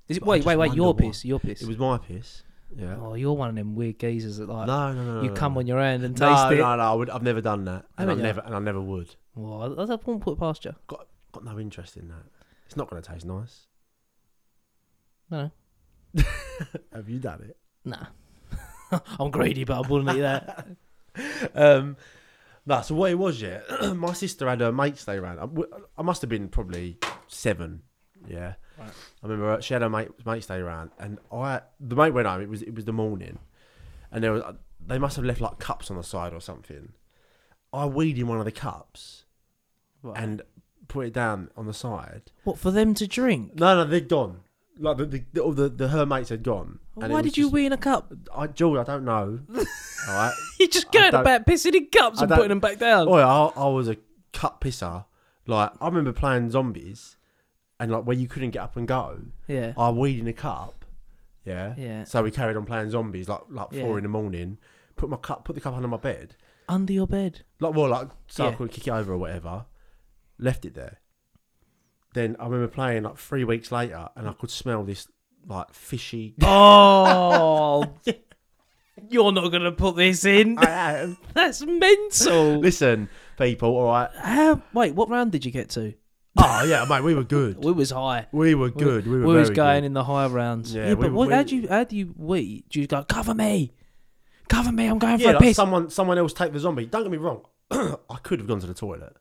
A: Is it, wait,
B: Uh, just
A: wait, wait.
B: wonder
A: Your
B: why.
A: piss. Your piss.
B: It was my piss. Yeah.
A: Oh, you're one of them weird geezers that like
B: No, no, no, no.
A: you
B: no,
A: come
B: no.
A: on your hand and taste
B: No,
A: it.
B: no, no. I would, I've never done that, and I
A: Haven't you?
B: never and I never would.
A: Well, I, I wouldn't put it past you.
B: Got got no interest in that. It's not going to taste nice.
A: No,
B: Have you done it?
A: nah. I'm greedy, but I wouldn't eat that.
B: Um, no, so what it was, yeah, my sister had her mates they ran. I, w- I must have been probably seven, yeah.
A: Right.
B: I remember uh, she had her mate, mates they ran, and I the mate went home. It was it was the morning, and there was uh, they must have left like cups on the side or something. I weed in one of the cups
A: Right.
B: and put it down on the side.
A: What for them to drink?
B: No, no, they're gone. Like the the, the, all the, the her mates had gone. And it
A: Why
B: was
A: did you
B: just-
A: wee in a cup?
B: I, George, I don't know. All right.
A: You're just
B: I
A: going
B: don't-
A: about pissing in cups
B: I
A: and
B: don't-
A: putting them back down.
B: Oh, I, I was a cut pisser. Like I remember playing zombies, and like where you couldn't get up and go,
A: yeah.
B: I weed in a cup. Yeah.
A: Yeah.
B: So we carried on playing zombies like like
A: Yeah.
B: four in the morning. Put my cup, put the cup under my bed.
A: Under your bed.
B: Like well, like so I
A: Yeah.
B: could kick it over or whatever. Left it there. Then I remember playing like three weeks later, and I could smell this like fishy.
A: Oh. You're not going to put this in.
B: I am.
A: That's mental.
B: Listen, people. All right.
A: How, wait, what round did you get to?
B: Oh yeah, mate. We were good.
A: We was high.
B: We were good. We were,
A: we was
B: very
A: going
B: good.
A: in the high rounds.
B: Yeah,
A: Yeah,
B: we
A: but
B: were-
A: what,
B: we-
A: how do you how do you wait? Do you go cover me, cover me? I'm going
B: Yeah,
A: for a
B: like
A: piss.
B: someone someone else take the zombie. Don't get me wrong. I could have gone to the toilet.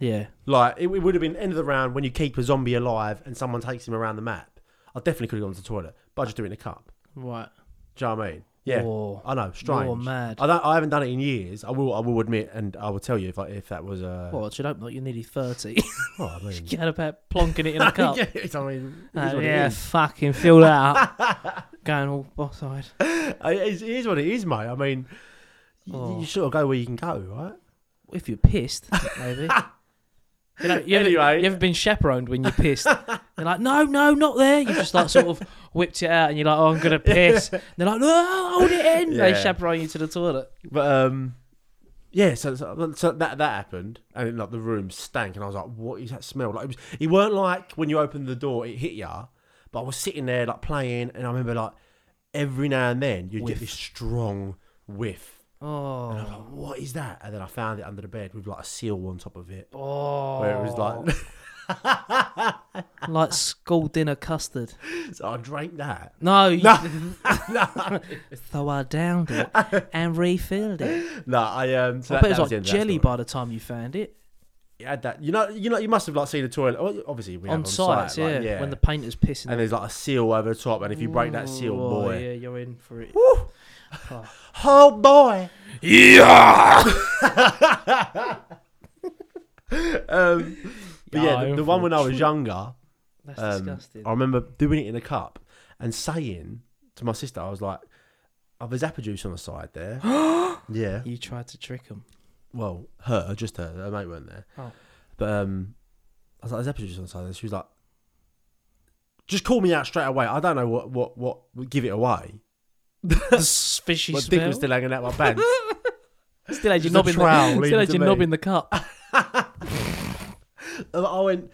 A: yeah,
B: Like it, it would have been end of the round when you keep a zombie alive and someone takes him around the map. I definitely could have gone to the toilet, but I just do it in a cup.
A: right.
B: Do you know what I mean? Yeah,
A: Whoa.
B: I know. Strange.
A: You're mad.
B: I, don't, I haven't done it in years. I will. I will admit, and I will tell you if I, if that was a.
A: Well, I should hope not. You're nearly thirty.
B: Oh, I mean,
A: you had about plonking it in a cup.
B: yeah, it's- I mean, it is
A: Uh,
B: what it
A: yeah,
B: is.
A: fucking fill that up. going all boss-eyed.
B: Uh, It is, it is what it is, mate. I mean, you,
A: Oh.
B: you sort of go where you can go, right?
A: If you're pissed, maybe. You know, you, ever,
B: Anyway.
A: you ever been chaperoned when you're pissed? They're like, no, no, not there. You just like sort of whipped it out, and you're like, oh, I'm gonna piss. They're like, no, hold it in.
B: Yeah.
A: They chaperone you to the toilet.
B: But um, yeah, so, so, so that that happened, and like the room stank, and I was like, "What is that smell?" Like it, was, it weren't like when you opened the door, it hit ya, but I was sitting there like playing, and I remember like every now and then you'd get
A: Whiff.
B: this strong whiff. And I was
A: Oh,
B: like, "What is that?" And then I found it under the bed with like a seal on top of it,
A: oh.
B: where it was like, Oh.
A: like school dinner custard.
B: so I drank that.
A: No, you-
B: No.
A: so I downed it and refilled it.
B: No, I um, so
A: I bet it
B: that, that
A: was
B: the
A: like
B: end of that
A: jelly
B: story.
A: by the time you found it
B: You had that. You know, you know, you must have like seen the toilet. well, Obviously, we have
A: on sites.
B: like,
A: yeah, when the painter's pissing.
B: and there's like a seal over the top, and if you break that seal,
A: Oh,
B: boy,
A: yeah, you're in for it.
B: Oh boy. Yeah. um, but yeah,
A: Yeah,
B: the, the one when I was younger,
A: That's
B: um,
A: disgusting.
B: I remember doing it in a cup and saying to my sister, I was like, "Oh, there's apple juice on the side there." yeah.
A: You tried to trick him.
B: Well, her, just her. Her mate weren't there.
A: Oh.
B: But um, I was like, "There's apple juice on the side there." She was like, "Just call me out straight away. I don't know what what what would give it away."
A: The s- fishy
B: my dick
A: smell.
B: was still hanging out my pants.
A: Still had your
B: just
A: knob
B: a
A: in
B: trowel
A: the
B: leading
A: still had
B: to
A: your
B: me.
A: knob in the cup.
B: And I went,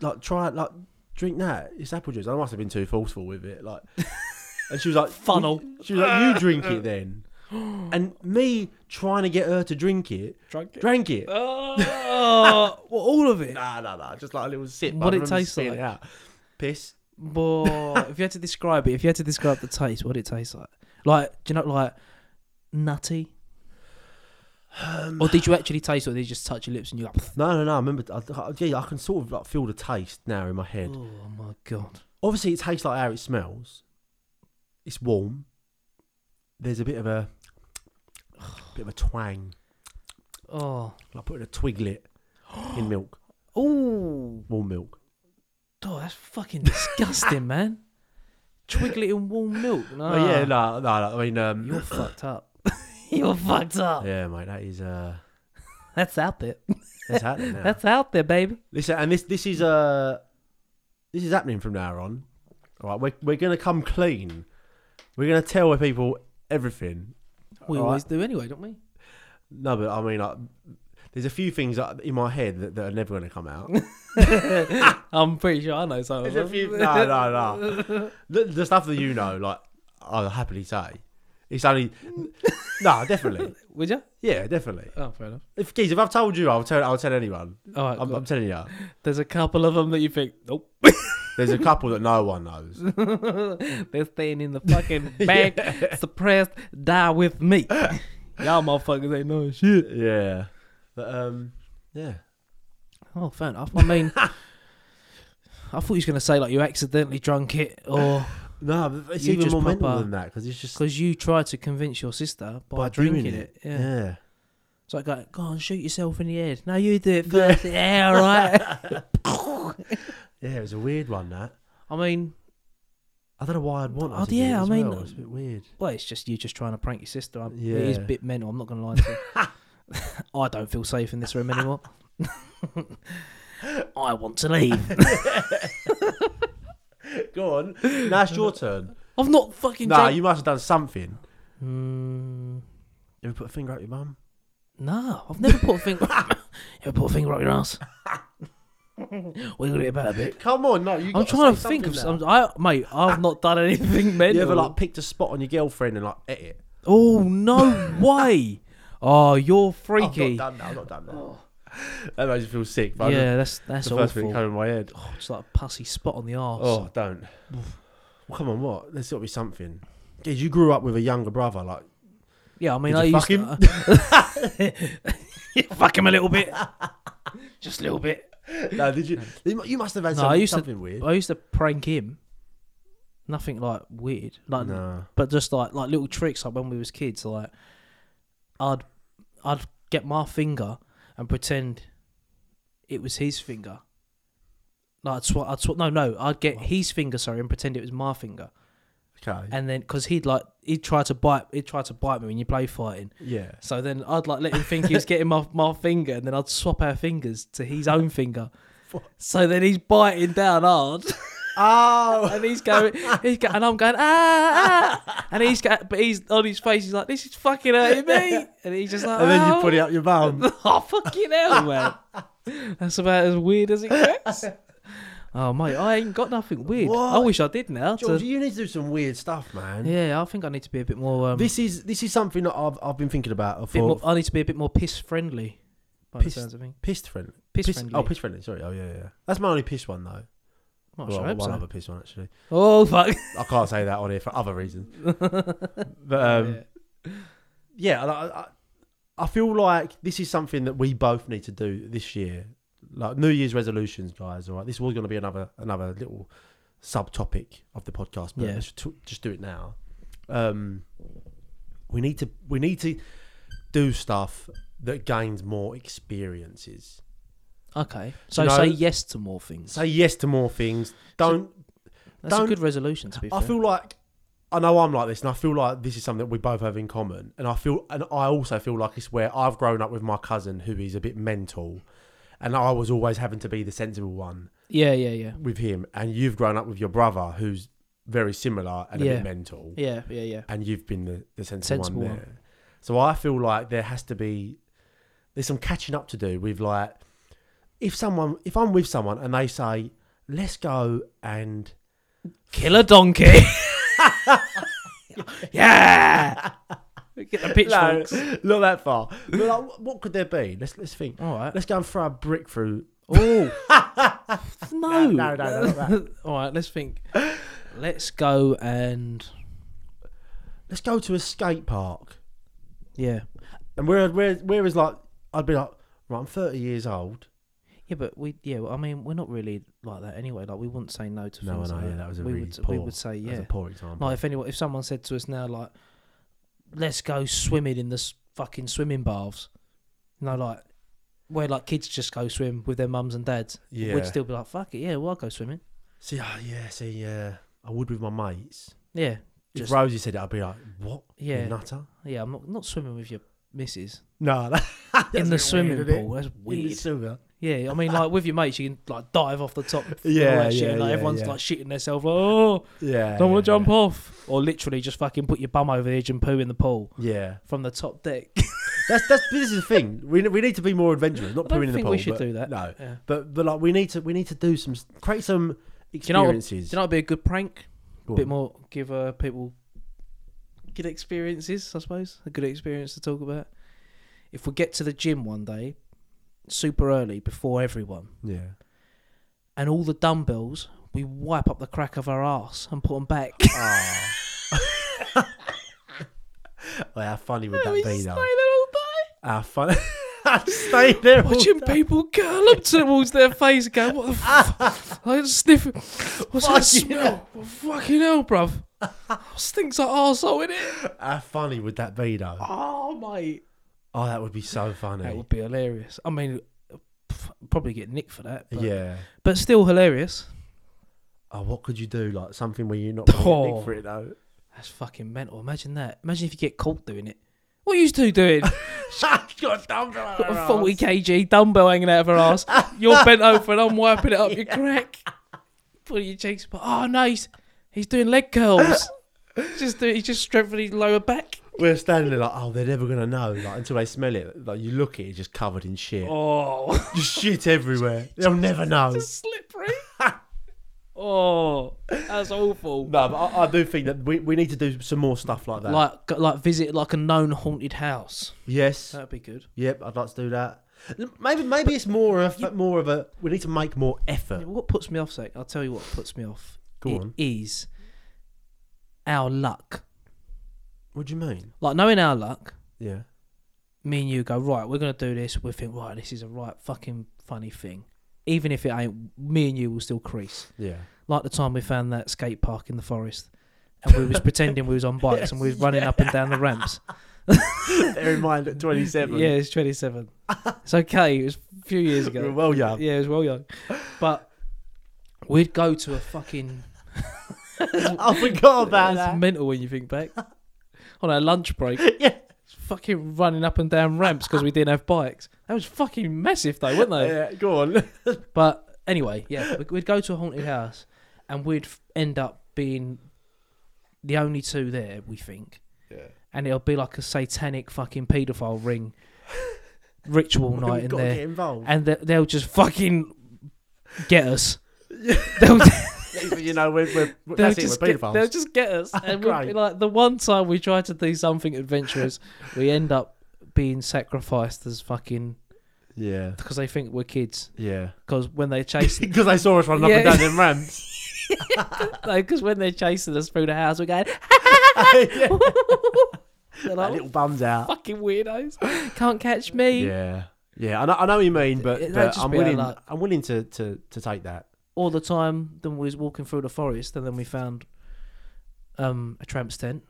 B: like, try it, like, drink that. It's apple juice. I must have been too forceful with it. Like, and she was like,
A: Funnel.
B: "You-" She was like, you drink it then. And me trying to get her to drink it,
A: Drunk it.
B: drank it.
A: Oh, well, all of it.
B: Nah, nah, nah. Just like a little sip.
A: What
B: I
A: it
B: remember
A: tastes
B: spitting
A: like?
B: it out. Piss.
A: Boy, if you had to describe it, if you had to describe the taste, what it tastes like, like do you know, like nutty, or did you actually taste, it, or did you just touch your lips and you go,
B: No, no, no. I remember. I, I, yeah, I can sort of like feel the taste now in my head.
A: oh my god,
B: Obviously, it tastes like how it smells. It's warm. There's a bit of a bit of a twang,
A: oh,
B: like putting a twiglet in milk,
A: oh,
B: warm milk.
A: god, that's fucking disgusting, man. Twiglet in warm milk. No,
B: Oh yeah, no, no, no. I mean, um,
A: Ah. you're fucked up. you're fucked up.
B: yeah, mate, that is uh,
A: That's out there.
B: that's happening now.
A: That's out there, baby.
B: Listen, and this this is uh, this is happening from now on. All right, we're we're gonna come clean. We're gonna tell people everything.
A: We
B: All
A: always do anyway, don't we?
B: No, but I mean, like, there's a few things that, in my head that, that are never gonna come out.
A: I'm pretty sure I know some of
B: There's a
A: them.
B: few. No, no, no. The, the stuff that you know, like, I'll happily say. It's only. no, definitely.
A: Would you?
B: Yeah, definitely.
A: Oh, fair enough.
B: If geez, if I've told you, I'll tell. I'll tell anyone.
A: All right,
B: I'm,
A: cool.
B: I'm telling you.
A: There's a couple of them that you think, nope,
B: There's a couple that no one knows.
A: they're staying in the fucking bag, suppressed, die with me. Y'all motherfuckers ain't knowing shit.
B: yeah. But um, yeah.
A: Oh, fair enough. I mean, I thought you was going to say, like, you accidentally drunk it or
B: No, but it's
A: You
B: even
A: just
B: more mental
A: proper-
B: than that because it's just
A: because you tried to convince your sister by,
B: by
A: drinking
B: doing
A: it. Yeah.
B: yeah.
A: It's like, go, go on, shoot yourself in the head. No, you do it first. yeah, all right.
B: Yeah, it was a weird one. That
A: I mean,
B: I don't know why I'd want. her
A: Oh,
B: to do it
A: yeah, I
B: as
A: mean-
B: well. it's a bit weird.
A: Well, it's just you just trying to prank your sister. I, It is a
B: Yeah.
A: bit mental. I'm not going to lie to you. I don't feel safe in this room anymore. I want to leave.
B: Go on, now it's your turn.
A: I've not fucking.
B: Nah,
A: done-
B: you must have done something.
A: Mm,
B: You ever put a finger up your mum?
A: no, I've never put a finger. ever put a finger up your ass? Wiggle it about a bit.
B: Come on, no. You
A: I'm
B: gotta
A: trying to
B: say
A: think of
B: something now.
A: some. I, mate, I've not done anything mental.
B: You ever like picked a spot on your girlfriend and like ate it?
A: Oh no way! Oh, you're freaky. Oh.
B: I've not done that. I've not done that. That makes me feel sick. But
A: Yeah, that's that's
B: that's the first thing that
A: awful.
B: came in my head.
A: Oh, it's like a pussy spot on the arse.
B: Oh, don't. Well, come on, what? There's got to be something. Dude, you grew up with a younger brother, like
A: yeah, I mean,
B: did
A: I
B: you
A: used
B: fuck
A: to, fuck him a little bit, just a little bit.
B: no, did you? You mu- you must have had
A: No, I
B: something,
A: used to-
B: something weird.
A: I used to prank him. Nothing like weird, like,
B: No.
A: but just like like little tricks, like when we was kids. Like, I'd I'd get my finger and pretend it was his finger. Like I'd swat, I'd swat. No, no, I'd get his finger, sorry, and pretend it was my finger.
B: Okay.
A: and then because he'd like he'd try to bite he'd try to bite me when you play fighting
B: yeah.
A: so then i'd like let him think he was getting my, my finger and then i'd swap our fingers to his own finger
B: What?
A: so then he's biting down hard
B: Oh.
A: and he's going he's go, and i'm going ah, ah and he's go, but he's on his face he's like this is fucking hurting me and he's just like
B: And then you
A: "Oh."
B: put it up your bum.
A: oh fucking hell man that's about as weird as it gets oh mate i ain't got nothing weird i
B: What?
A: wish i did now to-
B: George, you need to do some weird stuff, man.
A: yeah i think i need to be a bit more um,
B: This is this is something that I've I've been thinking about
A: bit
B: for
A: more, I need to be a bit more piss friendly. By
B: Piss-
A: the sounds of things.
B: pissed friendly.
A: Piss,
B: Piss-
A: friendly.
B: Oh, piss friendly. Sorry. Oh, yeah, yeah. That's my only piss one though.
A: Well, I
B: Well,
A: Oh, sure hope
B: one
A: so.
B: other piss one actually.
A: Oh fuck!
B: I can't say that on here for other reasons. but um,
A: Yeah.
B: yeah, and I, I, I feel like this is something that we both need to do this year. Like New Year's resolutions, guys. All right, this was going to be another another little subtopic of the podcast, but
A: Yeah.
B: let's t- just do it now. Um, we need to we need to do stuff that gains more experiences.
A: Okay, so
B: You know-
A: say yes to more things.
B: Say yes to more things. Don't
A: That's a
B: don't-
A: good resolution to be fair.
B: I feel like I know I'm like this, and I feel like this is something that we both have in common. And I feel, and I also feel like it's where I've grown up with my cousin, who is a bit mental, and I was always having to be the sensible one
A: yeah, yeah, yeah,
B: with him. And you've grown up with your brother, who's very similar and a
A: Yeah.
B: bit mental,
A: yeah, yeah, yeah.
B: and you've been the, the sensible,
A: Sensible
B: one
A: one.
B: there. So I feel like there has to be there's some catching up to do with like if someone if I'm with someone and they say let's go and
A: Kill a donkey. yeah. Get the
B: no,
A: pitchforks.
B: not that far. But like, wh- what could there be? Let's let's think.
A: All right.
B: Let's go and throw a brick through.
A: Oh no.
B: No, no, no, not that.
A: All right, let's think. Let's go and
B: Let's go to a skate park.
A: yeah,
B: And where where where is like I'd be like right. I'm 30 years old.
A: yeah. But we yeah. well, I mean, we're not really like that anyway. Like we wouldn't say no to
B: No,
A: things.
B: I know,
A: like
B: yeah, that was a
A: we
B: really
A: would we
B: poor-
A: would say yeah.
B: That's a poor example.
A: Like if anyone, if someone said to us now, like, let's go swimming in the s- fucking swimming baths, you know, like where like kids just go swim with their mums and dads,
B: Yeah.
A: we'd still be like, fuck it, yeah, well, I'll go swimming.
B: see, oh, yeah, see, yeah. I would with my mates.
A: Yeah,
B: if
A: Just-
B: Rosie said it, I'd be like, what? You
A: Yeah.
B: nutter.
A: yeah, I'm not not swimming with your missus
B: No, that,
A: in the
B: that's a bit
A: swimming
B: weird, isn't it?
A: pool. That's
B: In the
A: weird.
B: silver.
A: Yeah, I mean, like with your mates, you can like dive off the top. and all
B: Yeah,
A: that shit,
B: yeah,
A: and, like,
B: yeah,
A: everyone's
B: yeah.
A: like shitting themselves. Like, oh,
B: Yeah.
A: don't
B: yeah,
A: want to jump off, or literally just fucking put your bum over the edge and poo in the pool
B: Yeah,
A: from the top deck.
B: that's that's this is the thing. We, we need to be more adventurous. Not
A: I don't
B: putting in the
A: think
B: pool.
A: we should
B: but-
A: do that.
B: No,
A: Yeah.
B: But but like we need to we need to do some create some
A: you know what-
B: experiences.
A: Do you know, it'd be a good prank.
B: Go
A: bit
B: on.
A: more give uh, people good experiences, I suppose. A good experience to talk about. If we get to the gym one day, super early before everyone,
B: Yeah.
A: and all the dumbbells, we wipe up the crack of our ass and put them back.
B: Ah. well, how funny would that
A: we
B: be
A: just stay
B: though?
A: there all day,
B: How funny. I'd stay there. all
A: watching
B: day.
A: people curl up towards their face and go, "What the fuck?" I just sniff. it. What's that
B: Fucking
A: smell? Fucking hell, bruv. Stinks like arsehole in it.
B: How funny would that be though?
A: Oh, mate.
B: Oh, that would be so funny.
A: That would be hilarious. I mean, pff, probably get nicked for that. But,
B: yeah.
A: But still hilarious.
B: Oh, what could you do? Like something where you're not gonna get nicked
A: Oh.
B: for it though.
A: That's fucking mental. Imagine that. Imagine if you get caught doing it. What are you two doing?
B: She's got a dumbbell out
A: Got
B: her
A: a e-
B: arse.
A: 40 kg dumbbell hanging out of her ass. You're bent over and I'm wiping it up your crack. Putting your cheeks. But oh, no, he's, he's doing leg curls. just do, he's just strengthening his lower back.
B: We're standing there like, oh, they're never gonna know. Like until they smell it. Like you look at it, just covered in shit.
A: Oh,
B: Just shit everywhere. They'll never know.
A: slippery. oh, that's awful.
B: No, but I, I do think that we, we need to do some more stuff like that.
A: Like, like visit like a known haunted house.
B: yes.
A: That'd be good.
B: Yep, I'd like to do that. Maybe maybe it's more of a, more of a we need to make more effort.
A: What puts me off, Zach? I'll tell you what puts me off.
B: Go
A: It
B: on.
A: is our luck.
B: What do you mean?
A: Like knowing our luck,
B: Yeah.
A: me and you go right. We're gonna do this. We think right. This is a right fucking funny thing. Even if it ain't, me and you will still crease.
B: Yeah.
A: Like the time we found that skate park in the forest, and we was pretending we was on bikes and we was running up and down the ramps.
B: Bear in mind at 27.
A: Yeah, it's 27. it's okay. It was a few years
B: We're
A: ago.
B: well young.
A: Yeah, it was well young. But we'd go to a fucking.
B: I forgot about
A: That's
B: that.
A: mental when you think back. On our lunch break,
B: Yeah.
A: fucking running up and down ramps because we didn't have bikes. That was fucking massive, though, weren't they?
B: Yeah, go on.
A: But anyway, yeah, we- we'd go to a haunted house and we'd f- end up being the only two there, we think.
B: Yeah.
A: And it'll be like a satanic fucking paedophile ring ritual night
B: We've
A: in
B: got to
A: there.
B: get involved.
A: and they- they'll just fucking get us. they'll,
B: you know, we're, we're,
A: they'll
B: that's it,
A: just
B: we're
A: get,
B: paedophiles.
A: they'll just get us. And we'll be
B: Great.
A: like, the one time we try to do something adventurous, we end up being sacrificed as fucking
B: Yeah,
A: because they think we're kids.
B: yeah.
A: Because when they're chasing,
B: Because they saw us running
A: Yeah.
B: up and down them ramps.
A: because when they're chasing us through the house, we're going.
B: yeah.
A: they're
B: That
A: like, "Oh,
B: little bum's out.
A: fucking weirdos, can't catch me.
B: Yeah. Yeah, I know, I know what you mean, but,
A: It- that'd
B: but
A: just
B: I'm
A: be our
B: willing.
A: luck.
B: I'm willing to, to, to take that.
A: All the time, then we was walking through the forest, and then we found um, a tramp's tent.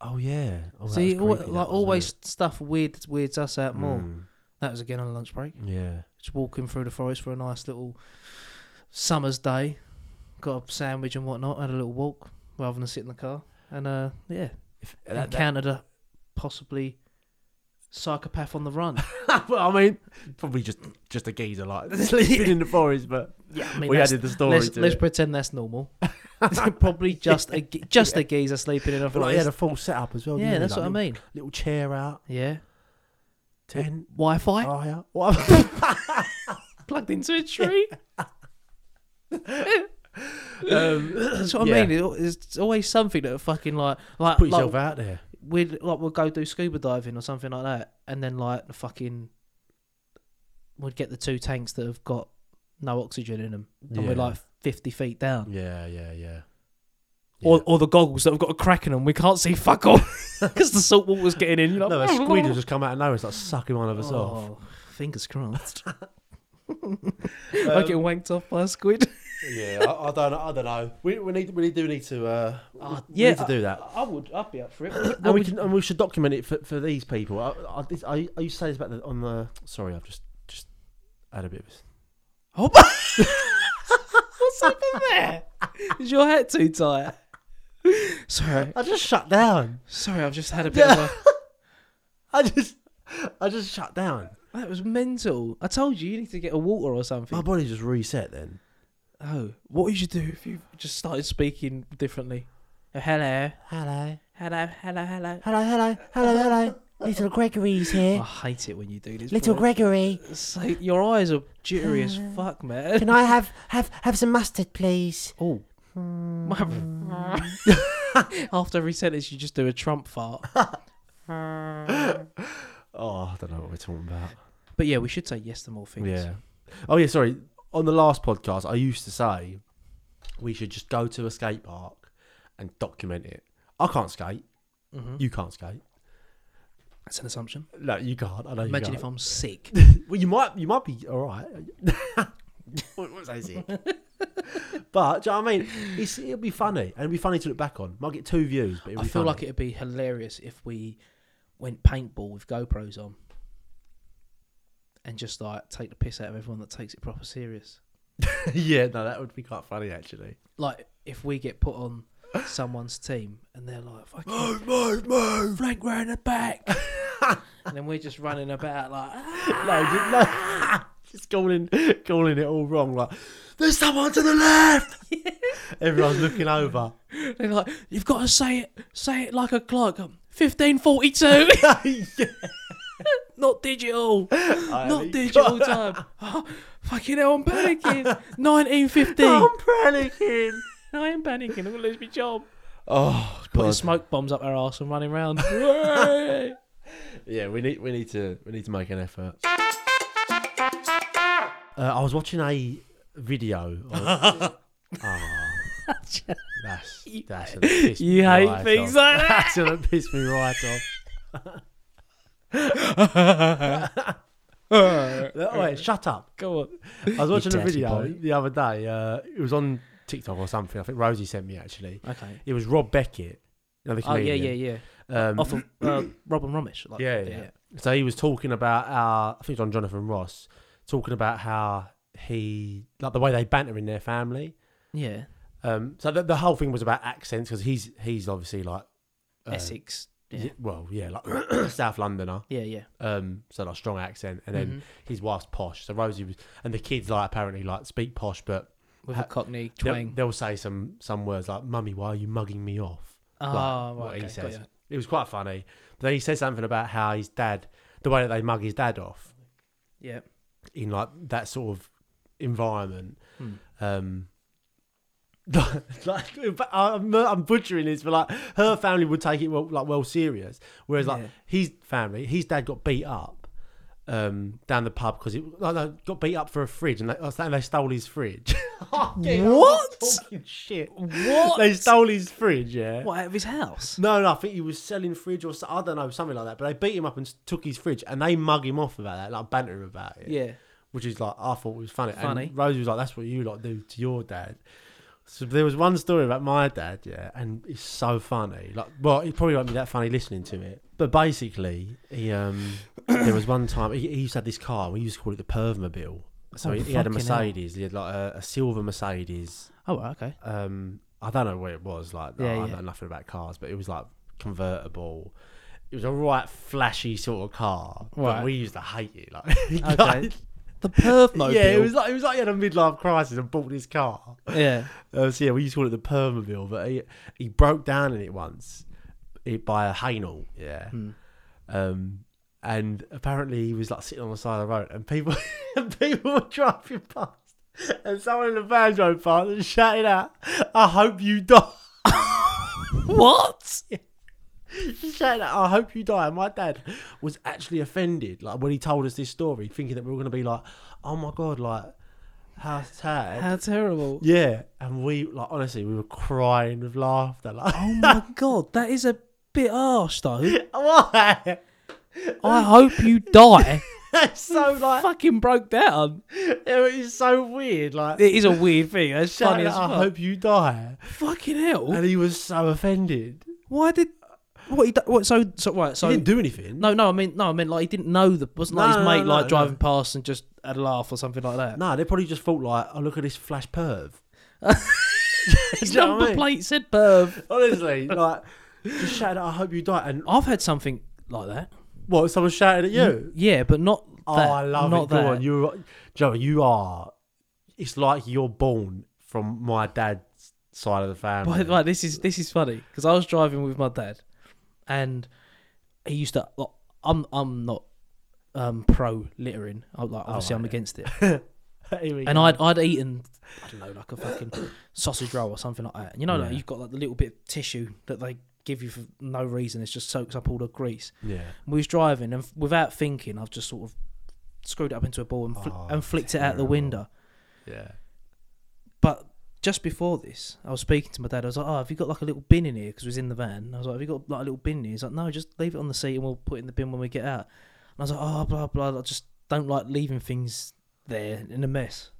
B: Oh yeah. Oh, that
A: See,
B: was
A: all,
B: creepy,
A: like
B: that was,
A: always
B: wasn't
A: stuff weird weirds us out
B: it?
A: more.
B: Mm.
A: That was again on lunch break.
B: Yeah.
A: Just walking through the forest for a nice little summer's day. Got a sandwich and whatnot. Had a little walk rather than sit in the car. And uh, yeah,
B: If, that- that-
A: encountered a possibly psychopath on the run.
B: well, I mean, probably just just a geezer like sleeping in the forest, but
A: yeah, I mean,
B: we
A: that's-
B: added the story
A: let's,
B: to
A: let's
B: it.
A: pretend that's normal. Probably just a ge- just a geezer sleeping in a
B: But like, he had
A: forest.
B: a full setup as well.
A: yeah,
B: didn't he?
A: that's
B: Like,
A: what I
B: little-
A: mean.
B: Little chair out,
A: Yeah, Oh.
B: tent,
A: Wi-Fi
B: fire. What?
A: plugged into a tree.
B: um,
A: That's what
B: Yeah.
A: I mean. It- It's always something that fucking like like,
B: put yourself
A: like
B: out there.
A: we like we'll go do scuba diving or something like that, and then like the fucking we'd get the two tanks that have got no oxygen in them, and we're
B: Yeah.
A: like fifty feet down,
B: Yeah, yeah, yeah.
A: or or the goggles that have got a crack in them, we can't see fuck all because the salt water's getting in. You're like,
B: no, a squid has just come out of nowhere. It's like sucking one of us off. Um,
A: oh, fingers crossed. I get wanked off by a squid.
B: Yeah, I, I don't, I don't know. We, we need, we do need to, uh, we
A: yeah,
B: need to do that.
A: I would. I'd be up for it.
B: And we can, and we should document it for, for these people. I, I, this- I, I used to say this about the, on the. Sorry, I've just, just had a bit of.
A: Oh, what's happened there? Is your hat too tight? Sorry,
B: I just shut down.
A: sorry, I've just had a bit of a.
B: I just, I just shut down.
A: That was mental. I told you you need to get a water or
B: My
A: something.
B: body just reset then.
A: Oh, what would you do if you just started speaking differently? Oh, hello,
D: Hello,
A: hello, hello, hello.
D: hello, hello, hello, hello. Little Gregory's
A: I
D: here.
A: hate it when you do this.
D: Little
A: boy.
D: Gregory,
A: So your eyes are jittery as fuck, man.
D: can I have have have some mustard, please?
A: Oh. My- After every sentence, you just do a Trump fart.
B: Oh, I don't know what we're talking about.
A: But yeah, we should say yes to more things.
B: Yeah. Oh yeah, sorry. On the last podcast, I used to say we should just go to a skate park and document it. I can't skate. You can't skate.
A: That's an assumption.
B: Mm-hmm. No, you can't. I know.
A: Imagine
B: you
A: if
B: can't.
A: I'm sick.
B: Well, you might. You might be all right. what was I saying? but do you know what I mean? It's, it'll be funny, and it'll be funny to look back on. Might get two views, but it'll
A: I
B: be
A: feel
B: funny.
A: like it'd be hilarious if we went paintball with GoPros on and just like take the piss out of everyone that takes it proper serious.
B: yeah, no, that would be quite funny actually.
A: Like if we get put on someone's team and they're like, "Fucking
B: Move, move, move!
A: Frank round the back," and then we're just running about like, "Ah."
B: No, just, no. just calling, calling it all wrong. Like, there's someone to the left. Everyone's looking over.
A: they're like, "You've got to say it, say it like a clock." Fifteen forty-two, not digital, not
B: haven't
A: digital time. Oh, fucking hell, I'm panicking. Nineteen fifteen.
B: panicking.
A: I am panicking. I'm gonna lose my job.
B: Oh
A: Putting
B: god.
A: smoke bombs up our arse and running around.
B: yeah, we need we need to we need to make an effort. Uh, I was watching a video. Of, oh, that's that's gonna piss me
A: you hate
B: right
A: things
B: off.
A: like that.
B: That's gonna piss me right off. Oh, wait, shut up.
A: Go on.
B: I was watching a
A: dirty
B: video
A: boy.
B: the other day. Uh, it was on TikTok or something. I think Rosie sent me actually.
A: Okay.
B: It was Rob Beckett. Another
A: Oh yeah,
B: comedian.
A: yeah, yeah.
B: yeah. Um,
A: Off of uh, Robin Romish. Like,
B: yeah, yeah, So he was talking about how I think it was on Jonathan Ross talking about how he like the way they banter in their family.
A: yeah.
B: Um, so the, the whole thing was about accents because he's he's obviously like uh,
A: Essex. Yeah.
B: y- well, yeah, like South Londoner.
A: Yeah, yeah.
B: Um, so like strong accent, and then
A: Mm-hmm.
B: his wife's posh. So Rosie was, and the kids like apparently like speak posh, but
A: With a Cockney
B: they'll,
A: twang.
B: they'll say some some words like "Mummy, why are you mugging me off?"
A: Ah,
B: like,
A: right,
B: what he
A: okay, got
B: says.
A: ya.
B: It was quite funny. But then he said something about how his dad, the way that they mug his dad off
A: Yeah.
B: in like that sort of environment.
A: Hmm.
B: Um, like but I'm, I'm butchering this, but like her family would take it well, like well serious, whereas like
A: Yeah.
B: his family, his dad got beat up um down the pub because it like, no, got beat up for a fridge and they, and they stole his fridge. Fucking- I'm not
A: What?
B: talking shit.
A: What?
B: They stole his fridge, yeah.
A: What out of his house?
B: No, no, I think he was selling fridge or so, I don't know, something like that. But they beat him up and s- took his fridge, and they mug him off about that, like banter him about it.
A: Yeah.
B: which is like I thought was funny.
A: Funny.
B: And Rosie was like, "That's what you lot do to your dad." So there was one story about my dad, yeah, and it's so funny. Like, well, it probably won't be that funny listening to it. But basically, he um, there was one time he, he used to have this car. We used to call it the Pervmobile. So
A: Oh,
B: he, he had a
A: fucking hell.
B: Mercedes. He had like a, a silver Mercedes
A: Oh, right, okay.
B: um I don't know what it was like.
A: Yeah,
B: I
A: yeah.
B: know nothing about cars, but it was like convertible. It was a right flashy sort of car,
A: Right.
B: but we used to hate it. Like,
A: Okay. The perv mobile.
B: yeah, it was like it was like he had a midlife crisis and bought this car.
A: Yeah.
B: Uh, so yeah, we used to call it the Permobile, but he he broke down in it once, it by a Hainal, yeah.
A: Hmm.
B: Um, and apparently he was like sitting on the side of the road, and people and people were driving past, and someone in the van drove past and shouted out, "I hope you die."
A: What?
B: Shouting out, I hope you die. And my dad was actually offended, like when he told us this story, thinking that we were going to be like, oh my god, like how sad.
A: How terrible.
B: yeah, and we like honestly, we were crying with laughter. Like,
A: Oh my god, that is a bit harsh though.
B: why?
A: I hope you die.
B: That's so like
A: Fucking broke down.
B: it is so weird. Like,
A: It is a weird thing. That's funny
B: shouting
A: as
B: out, I
A: fuck.
B: hope you die.
A: Fucking hell.
B: And he was so offended.
A: Why did what he do, what so so right
B: He
A: so
B: didn't do anything.
A: no no I mean no I mean like he didn't know the wasn't like
B: No,
A: his
B: no,
A: mate
B: no,
A: like
B: no.
A: driving past and just had a laugh or something like that.
B: no, they probably just thought like, oh look at this flash perv.
A: His
B: Do you know what I
A: number
B: mean?
A: plate said perv.
B: Honestly, like just shouting out, I hope you die. And
A: I've had something like that.
B: what? Someone shouted at you.
A: Yeah, but not
B: Oh,
A: that.
B: I love
A: not
B: it.
A: That.
B: Go on, you, Joe. You are. It's like you're born from my dad's side of the family.
A: But like this is this is funny because I was driving with my dad, and he used to. Like, I'm I'm not um pro littering. I like
B: Oh,
A: obviously I'm against it.
B: Here we
A: And
B: go.
A: I'd I'd eaten I don't know like a fucking sausage roll or something like that. And you know, like, you've got like the little bit of tissue that they give you for no reason. It just soaks up all the grease.
B: yeah.
A: And we was driving, and f- without thinking, I've just sort of screwed it up into a ball and fl-
B: Oh,
A: and flicked it out the
B: terrible.
A: window.
B: Yeah.
A: But just before this, I was speaking to my dad. I was like, "Oh, have you got like a little bin in here?" Because we was in the van. And I was like, "Have you got like a little bin in here?" He's like, "No, just leave it on the seat, and we'll put it in the bin when we get out." And I was like, "Oh, blah blah. I just don't like leaving things there in a mess."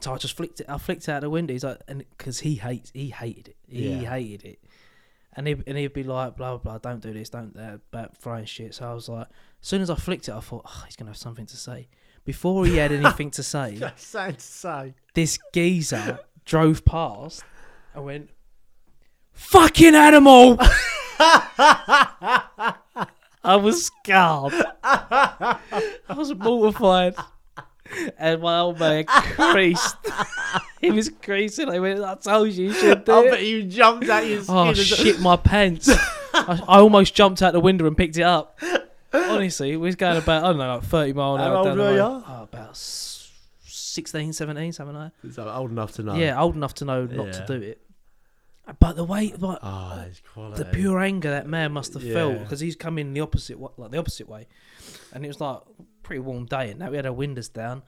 A: So I just flicked it. I flicked it out the window. He's like, "And because he hates, he hated it. He
B: Yeah.
A: hated it." And he and he'd be like, "Blah blah. blah, Don't do this. Don't do that." About throwing shit. So I was like, as soon as I flicked it, I thought, oh, "He's gonna have something to say." Before he had anything to say,
B: Sad to say.
A: this geezer drove past and went, "Fucking animal!" I was scarred. I was mortified, and my old man creased. he was creasing. I went, "I told you, you should do
B: I
A: it."
B: bet you jumped at your skin.
A: Oh
B: and-
A: shit, my pants! I, I almost jumped out the window and picked it up. Honestly, we was going about I don't know, like thirty mile an
B: How
A: hour.
B: old
A: down the
B: were
A: road.
B: ya?
A: Oh, about s- 16, 17, something like. that.
B: So old enough to know.
A: Yeah, old enough to know not
B: Um, Yeah.
A: to do it. But the way, like,
B: Oh, it's quality.
A: the pure anger that man must have felt
B: Yeah.
A: because he's come in the opposite, wa- like the opposite way, and it was like pretty warm day, and now we had our windows down,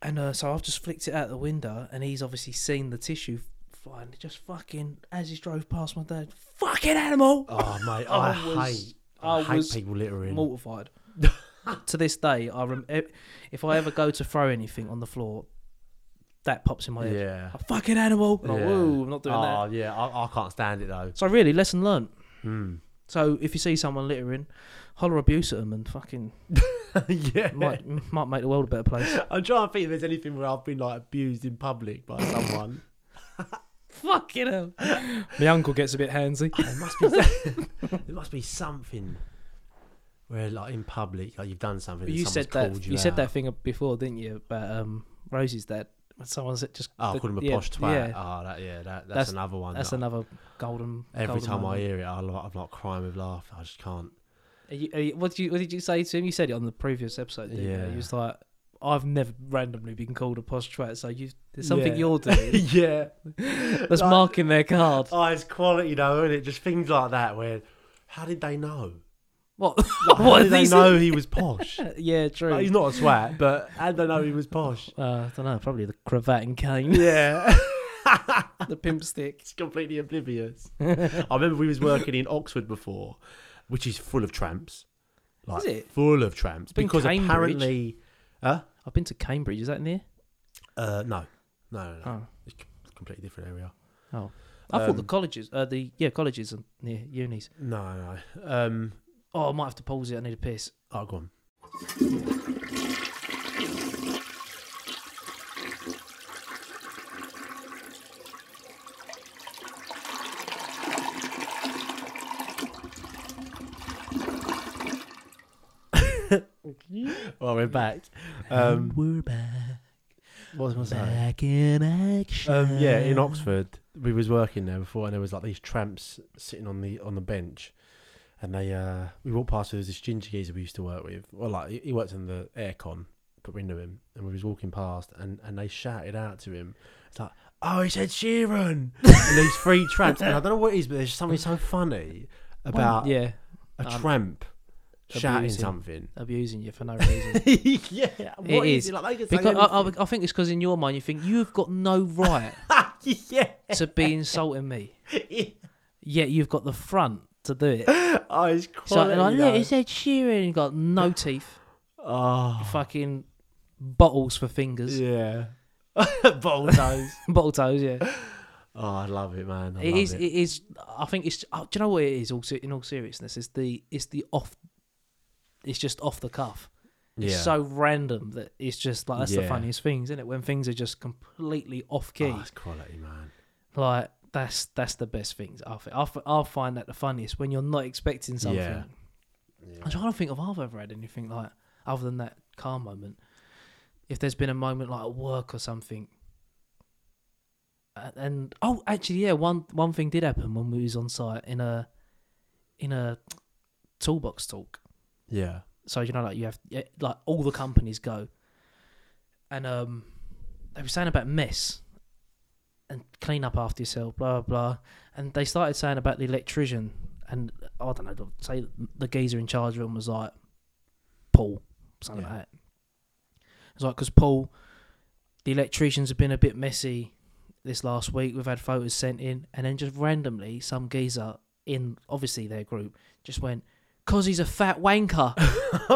A: and uh, so I've just flicked it out the window, and he's obviously seen the tissue flying. It Just fucking as he drove past my dad, fucking animal,
B: Oh, mate, I,
A: I was-
B: hate. I,
A: I
B: hate
A: was
B: people littering.
A: mortified. to this day, I rem- e- if I ever go to throw anything on the floor, that pops in my head.
B: yeah.
A: A fucking animal. Like,
B: Yeah.
A: whoa, I'm not doing that.
B: oh, yeah. I, I can't stand it though.
A: So really, lesson learnt.
B: Hmm.
A: So if you see someone littering, holler abuse at them and fucking
B: yeah.
A: might might make the world a better place.
B: I'm trying to think if there's anything where I've been like abused in public by someone.
A: fucking hell. My uncle gets a bit handsy.
B: there must be. there must be something where, like, in public, like you've done something. and
A: you
B: someone's
A: said that
B: called
A: you,
B: You,
A: said
B: out.
A: that thing before, didn't you? About um, Rosie's dad. When Someone said just
B: Oh, I
A: the-
B: called him a
A: yeah,
B: posh twat.
A: Yeah,
B: Oh, that, yeah, that, that's,
A: That's-
B: another one.
A: that's
B: that
A: another golden.
B: Every
A: golden
B: time I
A: moment.
B: hear it, I, like, I'm like crying with laughter. I just can't.
A: Are you, are you- what did you what did you say to him? You said it on the previous episode. Didn't yeah, you?
B: Yeah.
A: you was like, I've never randomly been called a posh twat. So you, there's something
B: Yeah.
A: you're doing
B: yeah.
A: that's
B: Like-
A: marking their card.
B: Oh, it's quality though, isn't it? Just things like that where how did they know?
A: What?
B: How
A: what are
B: did they
A: these-
B: know he was posh?
A: Yeah, true.
B: Like, he's not a swat, but how did they know he was posh?
A: Uh, I don't know, probably the cravat and cane,
B: Yeah.
A: the pimp stick.
B: it's completely oblivious. I remember we was working in Oxford before, which is full of tramps. Like
A: Is it?
B: full of tramps.
A: been
B: because
A: Cambridge.
B: apparently
A: I've been to Cambridge. Is that near?
B: uh no. No, no, no.
A: Oh,
B: It's c- completely different area.
A: oh. I thought
B: Um,
A: the colleges, uh, the yeah, colleges are near unis.
B: No, no. Um
A: Oh, I might have to pause it. I need a piss.
B: oh go on. Well, we're back. Um, oh,
A: We're back,
B: what was I saying?
A: back in action.
B: Um, yeah, in Oxford, we was working there before, and there was like these tramps sitting on the on the bench, and they uh, we walked past. There was this ginger geezer we used to work with. Well, like he- he worked in the aircon, but we knew him, and we was walking past, and and they shouted out to him. It's like, oh, he said Sheeran, and these three tramps, and I don't know what it is, but there's something so funny about
A: yeah,
B: a
A: um,
B: tramp shouting
A: abusing.
B: something.
A: abusing you for no reason.
B: yeah, what
A: It
B: is
A: is.
B: it? Like, they could say
A: because I,
B: anything.
A: I, I think it's because in your mind you think you've got no right
B: yeah,
A: to be insulting me, yet you've got the front to do it.
B: oh, it's
A: So
B: quality.
A: like, look,
B: though.
A: it's Ed Sheeran. You've got no teeth,
B: Oh,
A: fucking bottles for fingers,
B: yeah. Bulldoze.
A: bottle toes. Yeah.
B: oh, I love it, man. I
A: It
B: love
A: is.
B: It.
A: It is. I think it's. oh, Do you know what it is? Also, in all seriousness, it's the. It's the off. It's just off the cuff. It's so random that it's just like that's
B: Yeah.
A: the funniest things, isn't it? When things are just completely off key,
B: Oh, it's quality, man.
A: like that's that's the best things. I think I f- I find that the funniest when you're not expecting something.
B: Yeah.
A: I'm trying to think if I've ever had anything like other than that car moment. If there's been a moment like at work or something, A- and oh, actually, yeah, one one thing did happen when we was on site in a in a toolbox talk.
B: Yeah.
A: So you know, like you have yeah, like all the companies go, and um, they were saying about mess and clean up after yourself, blah blah, and they started saying about the electrician, and I don't know, say the geezer in charge of him was like Paul, something
B: Yeah.
A: like that. It's like because Paul, the electricians have been a bit messy this last week. We've had photos sent in, and then just randomly, some geezer in obviously their group just went. Cause he's a fat wanker,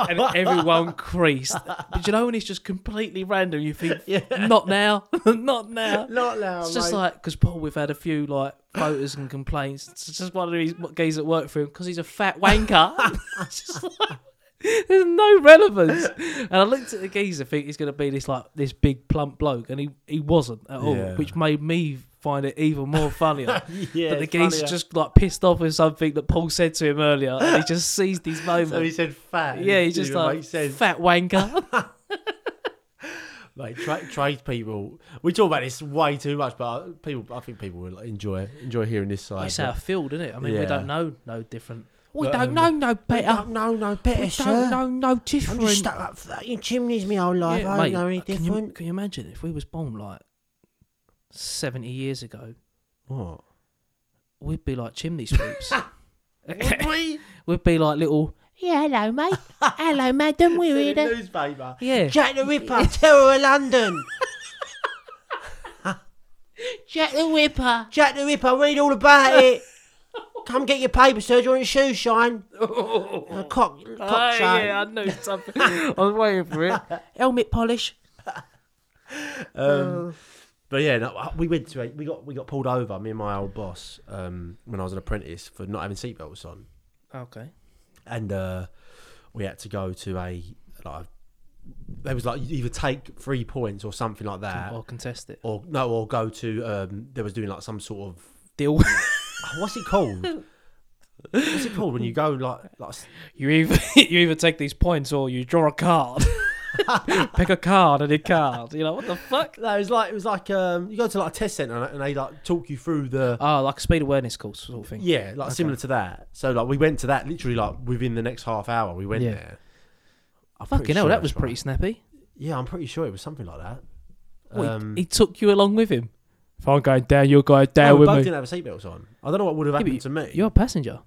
A: and everyone creased. But you know when it's just completely random, you think, not now, not now.
B: Not now.
A: It's just like because Paul, we've had a few like photos and complaints. It's just one of these guys that work for him because he's a fat wanker. It's just like- There's no relevance. And I looked at the geezer, think he's going to be this like this big plump bloke, and he, he wasn't at all,
B: Yeah.
A: which made me find it even more funnier.
B: yeah,
A: but the geezer just like pissed off with something that Paul said to him earlier, and he just seized his moment.
B: So he said fat.
A: yeah, he's
B: It
A: just
B: didn't
A: like
B: make sense.
A: fat wanker.
B: Like tra- trade people. We talk about this way too much, but people, I think people will enjoy enjoy hearing this side.
A: That's our field, isn't it? I mean, we
B: Yeah.
A: don't know no different.
D: We
B: But,
D: don't
B: um,
D: know no
A: better.
D: don't know no better,
A: We
D: sir.
A: don't know no
D: I'm
A: different.
D: just stuck up fucking chimneys my whole life. I
A: Yeah,
D: don't
A: mate, uh,
D: know any
A: can you- Can you,
D: different.
A: imagine if we was born like seventy years ago?
B: What?
A: We'd be like chimney sweeps.
B: we?
A: we'd be like little
C: Yeah, hello, mate. hello, madam. We're
B: In
C: here.
B: the
C: to-
B: newspaper.
A: yeah.
D: Jack the Ripper, Terror of London.
C: Jack the Whipper.
D: Jack the Ripper, read all about it. Come get your paper, sir. Do you want your shoes shine?
B: Uh,
D: A cock, cock
A: Oh,
D: shine.
A: yeah, I knew something. I was waiting for it. Helmet polish. Oh.
B: Um, but yeah, no, we went to a, we got we got pulled over. Me and my old boss um, when I was an apprentice for not having seatbelts on,
A: Okay.
B: and uh, we had to go to a like there was like you either take three points or something like that,
A: I'll contest it.
B: or no, or go to um, there was doing like some sort of
A: Deal.
B: what's it called? what's it called when you go like like
A: you either you either take these points or you draw a card. Pick a card and a card. You're like, what the fuck?
B: no, it was like it was like um, you go to like a test center and they like talk you through the
A: Oh, like a speed awareness course sort of thing.
B: Yeah, like similar to that. So like we went to that literally like within the next half hour we went
A: Yeah.
B: there. I'm pretty
A: Fucking hell,
B: sure
A: that
B: that's
A: was pretty
B: right.
A: snappy.
B: Yeah, I'm pretty sure it was something like that.
A: What, he-
B: Um,
A: he, took you along with him. If I'm going down, you're going
B: no,
A: down
B: we
A: with
B: both
A: me.
B: didn't have seatbelts on. I don't know what would have
A: Yeah, but
B: happened to me.
A: You're a passenger.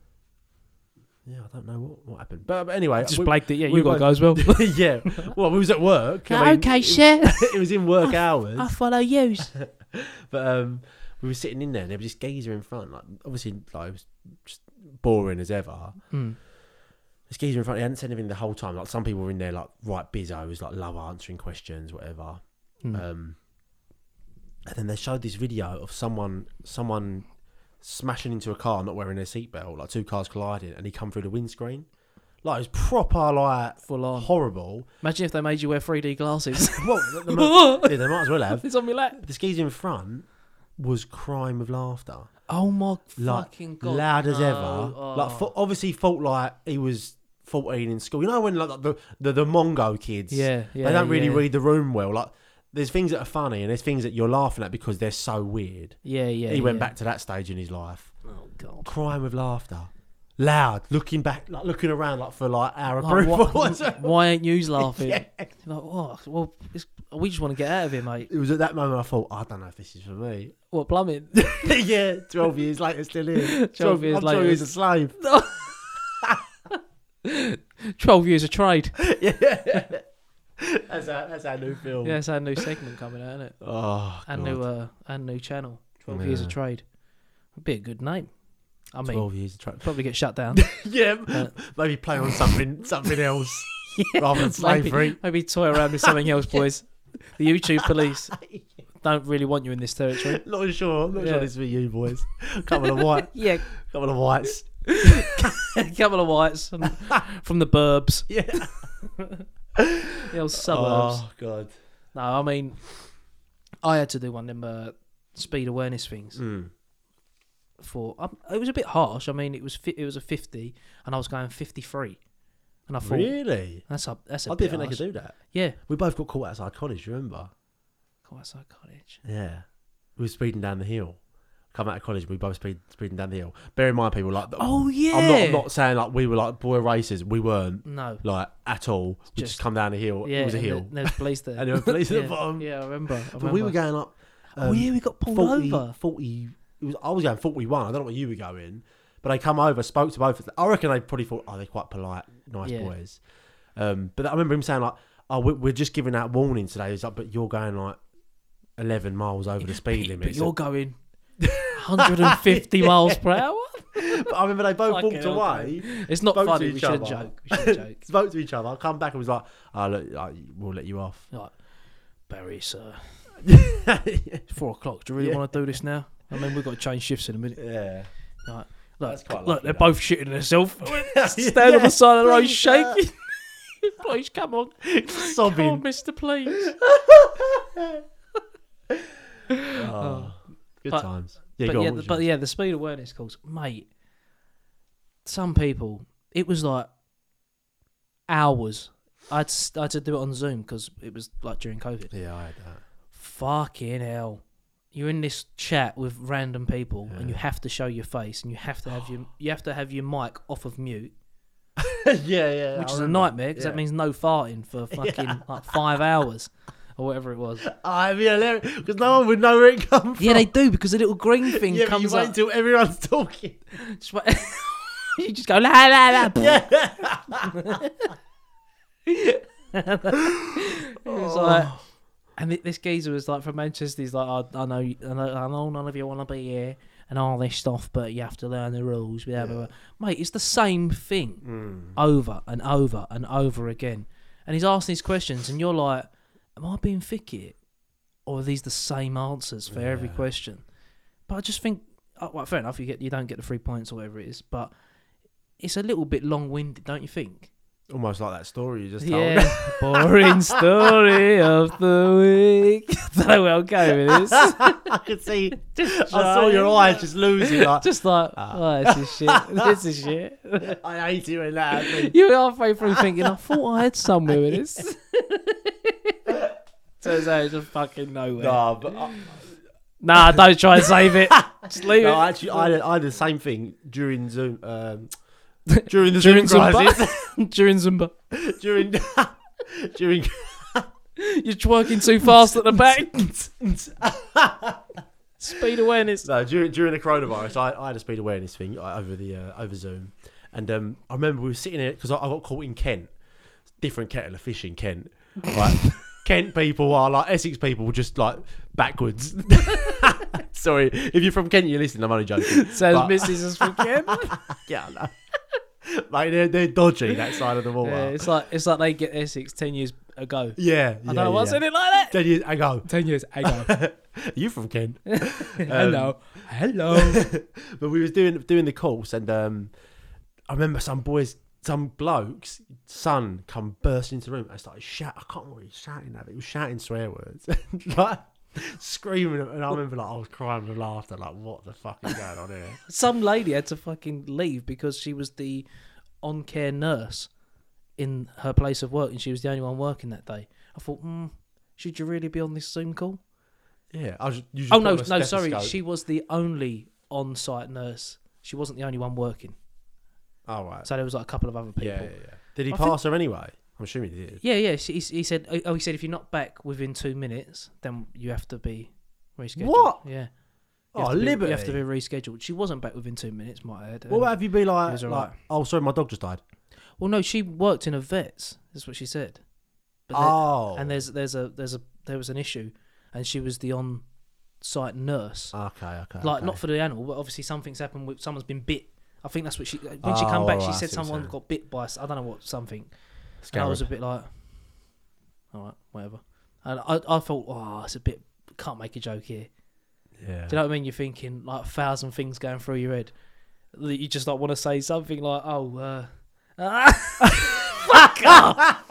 B: Yeah, I don't know what, what happened. But, but anyway,
A: Just
B: we-
A: blanked it. Yeah,
B: we
A: you got to
B: both-
A: go as well.
B: yeah. Well, we was at work. I mean,
C: okay,
B: it,
C: sir.
B: It was in work hours.
C: I follow you.
B: But um, we were sitting in there, and there was this geezer in front. Like obviously, like it was just boring as ever.
A: Mm.
B: This geezer in front. He hadn't said anything the whole time. Like some people were in there, like right busy. I was like love answering questions, whatever.
A: Mm.
B: Um, and then they showed this video of someone, someone smashing into a car, not wearing their seatbelt, like two cars colliding, and he come through the windscreen. Like it was proper, like
A: Full on.
B: horrible.
A: Imagine if they made you wear 3D glasses.
B: well, they- they might- yeah, they might as well have.
A: it's on my lap.
B: This geezer in front was crying with laughter.
A: Oh my
B: like
A: fucking god!
B: loud as
A: no.
B: ever.
A: Oh.
B: Like fo- obviously felt like he was fourteen in school. You know when like the the, the Mongo kids,
A: Yeah, yeah,
B: they don't really
A: yeah.
B: read the room well. Like there's things that are funny and there's things that you're laughing at because they're so weird.
A: yeah, yeah.
B: he
A: yeah.
B: went back to that stage in his life,
A: Oh god.
B: crying with laughter, loud, looking back, like looking around, like for like our
A: Like,
B: approval.
A: why, why ain't you laughing?
B: Yeah.
A: Like, what? Well, it's, we just want to get out of here, mate.
B: It was at that moment I thought, I don't know if this is for me.
A: What plumbing?
B: yeah, 12 years later, still here. 12,
A: 12 years
B: I'm 12
A: later.
B: years a slave.
A: Twelve years of trade.
B: Oh. That's our, that's our new film.
A: Yeah, it's our new segment coming out, isn't it?
B: Oh,
A: And
B: God.
A: new, uh, and new channel. Twelve years of
B: Yeah.
A: trade. Would be a good name. I mean,
B: 12 years of tra-
A: probably get shut down.
B: Yeah, maybe play on something something else rather than slavery.
A: maybe, maybe toy around with something else, boys. The YouTube police don't really want you in this territory.
B: Not sure. Not
A: Yeah.
B: sure this is for you boys. Couple of white,
A: Yeah,
B: couple of whites.
A: couple of whites and, from the burbs,
B: Yeah.
A: the old suburbs.
B: Oh God.
A: No, I mean, I had to do one of them uh, speed awareness things
B: Mm.
A: for. Um, it was a bit harsh. I mean, it was fi- it was a fifty, and I was going fifty three, and I thought
B: Hmm. Really?
A: that's a that's a
B: I
A: bit
B: didn't think they could
A: harsh."
B: do that.
A: Yeah,
B: We both got caught outside college. Remember?
A: quite psychotic.
B: Yeah. We were speeding down the hill. Come out of college, we both speed, speeding down the hill. Bear in mind, people like.
A: Oh yeah.
B: I'm not, I'm not saying like we were like boy racers. We weren't
A: No.
B: like at all. We just,
A: Just-
B: come down a hill.
A: Yeah,
B: it was a
A: and
B: hill.
A: the- there's police there.
B: And there were police at the
A: Yeah,
B: bottom.
A: Yeah, I remember. I
B: but we were
A: remember.
B: going up.
A: oh
B: um,
A: yeah, we got pulled
B: 40,
A: over.
B: 40 it was, I was going 41. I don't know what you were going, but they come over, spoke to both of them. I reckon they probably thought, oh, they're quite polite, nice
A: Yeah.
B: boys. Um, but I remember him saying, like, oh, we- we're just giving out warning today. He's like, but you're going like 11 miles over the speed
A: But-
B: limit.
A: But
B: So-
A: you're going 150 miles per hour.
B: But I remember they both
A: Fucking
B: walked
A: hell,
B: away,
A: It's not
B: Spoke to
A: funny. We
B: each
A: shouldn't
B: other.
A: joke. We shouldn't joke.
B: spoke to each other. I come back and was like, oh, look, like, we'll let you off.
A: Like, Barry, sir,
B: yeah.
A: it's four o'clock. Do you really
B: Yeah.
A: want to do this now? I mean, we've got to change shifts in a minute. Like,
B: That's
A: look,
B: quite
A: look,
B: lucky,
A: they're
B: though.
A: both shitting themselves. Stand on the side of the road,
B: Please, sir.
A: shaking.
E: please come on. Come on,
B: sobbing.
E: Mister, please.
B: Oh, Good
A: But-
B: times. Yeah,
A: but
B: go on,
A: yeah, the,
B: what was
A: but
B: yours?
A: yeah, the speed awareness calls, mate. Some people, it was like hours. I had, s- I had to do it on Zoom because it was like during COVID.
B: yeah, I had that.
A: Fucking hell! You're in this chat with random people, and you have to show your face, and you have to have your you have to have your mic off of mute,
B: yeah, yeah.
A: which
B: I
A: is a
B: remember.
A: nightmare because
B: Yeah.
A: that means no farting for fucking like five hours or whatever it was.
B: I mean, because no one would know where it comes from.
A: Yeah, they do because the little green thing
B: Yeah, but you
A: comes
B: wait
A: up.
B: until everyone's talking.
A: Just wait- you just go la la la. It
B: Oh.
A: was like, and thi- this geezer was like from Manchester. He's like, I, I know, you- I know, I know, none of you want to be here and all this stuff, but you have to learn the rules. Blah, blah, blah. Mate, it's the same
B: Hmm.
A: thing over and over and over again. And he's asking these questions, and you're like, Am I being thick here? Or are these the same answers for every question? But I just think, oh, well, fair enough, you get you don't get the three points or whatever it is, but it's a little bit long winded, don't you think?
B: Almost like that story you just told.
A: Yeah. Boring story of the week. don't know where I'm going with this.
B: I could see. I saw your eyes just losing. Like, "Ah."
A: Just like, oh, this is shit. This is shit.
B: I hate you in that. happens.
A: You were halfway through thinking, I thought I had somewhere with this. Turns out it's just fucking nowhere.
B: Nah, but uh, I,
A: Nah, don't try and save it. Just leave
B: no,
A: it.
B: actually, I had, I had the same thing during Zoom. Um, during the
A: During
B: Zoom
A: Zumba.
B: crisis.
A: During Zumba.
B: during. during.
A: You're twerking too fast at the back. Speed awareness.
B: No, during during the coronavirus, I, I had a speed awareness thing uh, over the uh, over Zoom, and um, I remember we were sitting here because I, I got caught in Kent, different kettle of fish in Kent. Right, Kent people are like Essex people, were just like backwards. Sorry, if you're from Kent, you're listening. I'm only joking.
A: Says
B: But-
A: Mrs. is from Kent.
B: yeah, I know. Like they're, they're dodgy that side of the wall.
A: Yeah,
B: Yeah,
A: it's like it's like they get Essex ten years ago.
B: yeah.
A: I
B: yeah,
A: don't know what's
B: yeah.
A: in it like that.
B: Then you, I go,
A: Ten years ago.
B: are you from Kent?
A: Hello. Hello.
B: but we was doing doing the course, and um, I remember some boys, some blokes, son come bursting into the room and started shout. I can't remember what he was shouting at, but he was shouting swear words, like screaming. And I remember like I was crying with laughter, like what the fuck is going on here?
A: Some lady had to fucking leave because she was the on care nurse in her place of work and she was the only one working that day. I thought, hmm, should you really be on this Zoom call?
B: Yeah, I was. You just
A: Oh
B: put
A: no,
B: on a
A: no, sorry.
B: stethoscope.
A: She was the only on site nurse. She wasn't the only one working.
B: Oh right.
A: So there was like a couple of other people.
B: yeah, yeah, yeah. Did he
A: I think-
B: pass her anyway? I'm assuming he did.
A: Yeah, yeah. She, he, he said, oh, he said, if you're not back within two minutes, then you have to be rescheduled.
B: What?
A: Yeah. You
B: Oh,
A: have to be-
B: liberty.
A: you have to be rescheduled. She wasn't back within two minutes, might I add.
B: What about if you be
A: He
B: like,
A: was
B: like,
A: alright.
B: oh, sorry, my dog just died.
A: well, no, she worked in a vet's. That's what she said. But there-
B: oh,
A: And there's there's a there's a there was an issue, and she was the on-site nurse.
B: okay, okay,
A: like
B: Ah, okay.
A: not for the animal, but obviously something's happened with someone's been bit. I think that's what she when she
B: Oh,
A: came back.
B: alright, I
A: She said
B: see what you're
A: someone
B: saying.
A: got bit by s- I don't know what something. And I
B: Scarab.
A: was a bit like, all right, whatever. And I I thought, oh, it's a bit can't make a joke here.
B: yeah.
A: Do you know what I mean? You're thinking like a thousand things going through your head that you just like want to say something like, oh, uh,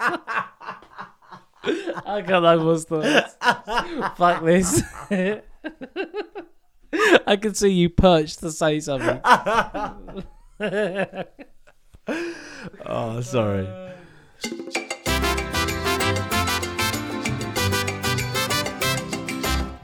A: fuck off. I got no more thoughts. Fuck this. I could see you perched to say something.
B: Oh, sorry.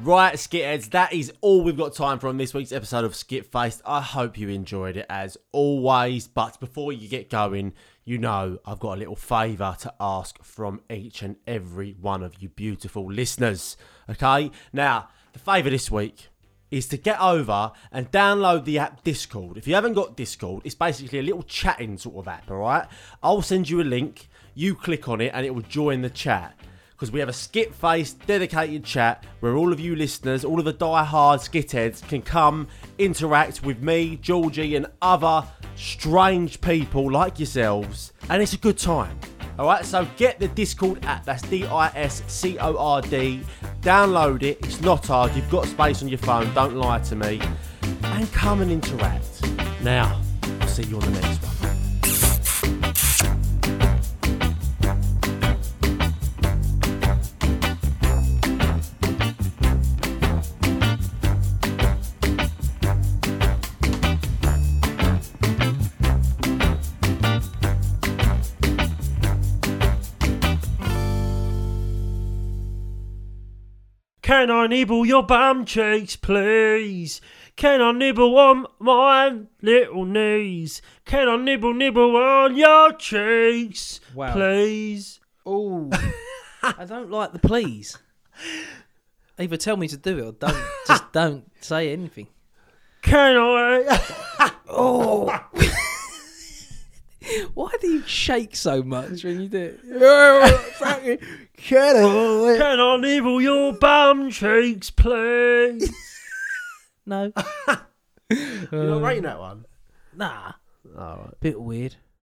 B: Right, skitheads, that is all we've got time for on this week's episode of Skit Faced. I hope you enjoyed it as always. But before you get going, you know I've got a little favour to ask from each and every one of you beautiful listeners. Okay, now the favour this week is to get over and download the app Discord. If you haven't got Discord, it's basically a little chatting sort of app, all right? I'll send you a link, you click on it, and it will join the chat. Because we have a skit faced, dedicated chat where all of you listeners, all of the die-hard skitheads can come interact with me, Georgie, and other strange people like yourselves. And it's a good time. All right, so get the Discord app. That's D-I-S-C-O-R-D. Download it. It's not hard. You've got space on your phone. Don't lie to me. And come and interact. Now, I'll see you on the next one. Can I nibble your bum cheeks, please? Can I nibble on my little knees? Can I nibble, nibble on your cheeks,
A: Wow.
B: please?
A: Oh, I don't like the please. Either tell me to do it or don't. Just don't say anything.
B: Can I?
A: Why do you shake so much when you do it? Shut up.
B: Can I nibble your bum cheeks, please?
A: No,
F: You're not rating that one.
A: nah.
F: All right.
A: Bit weird.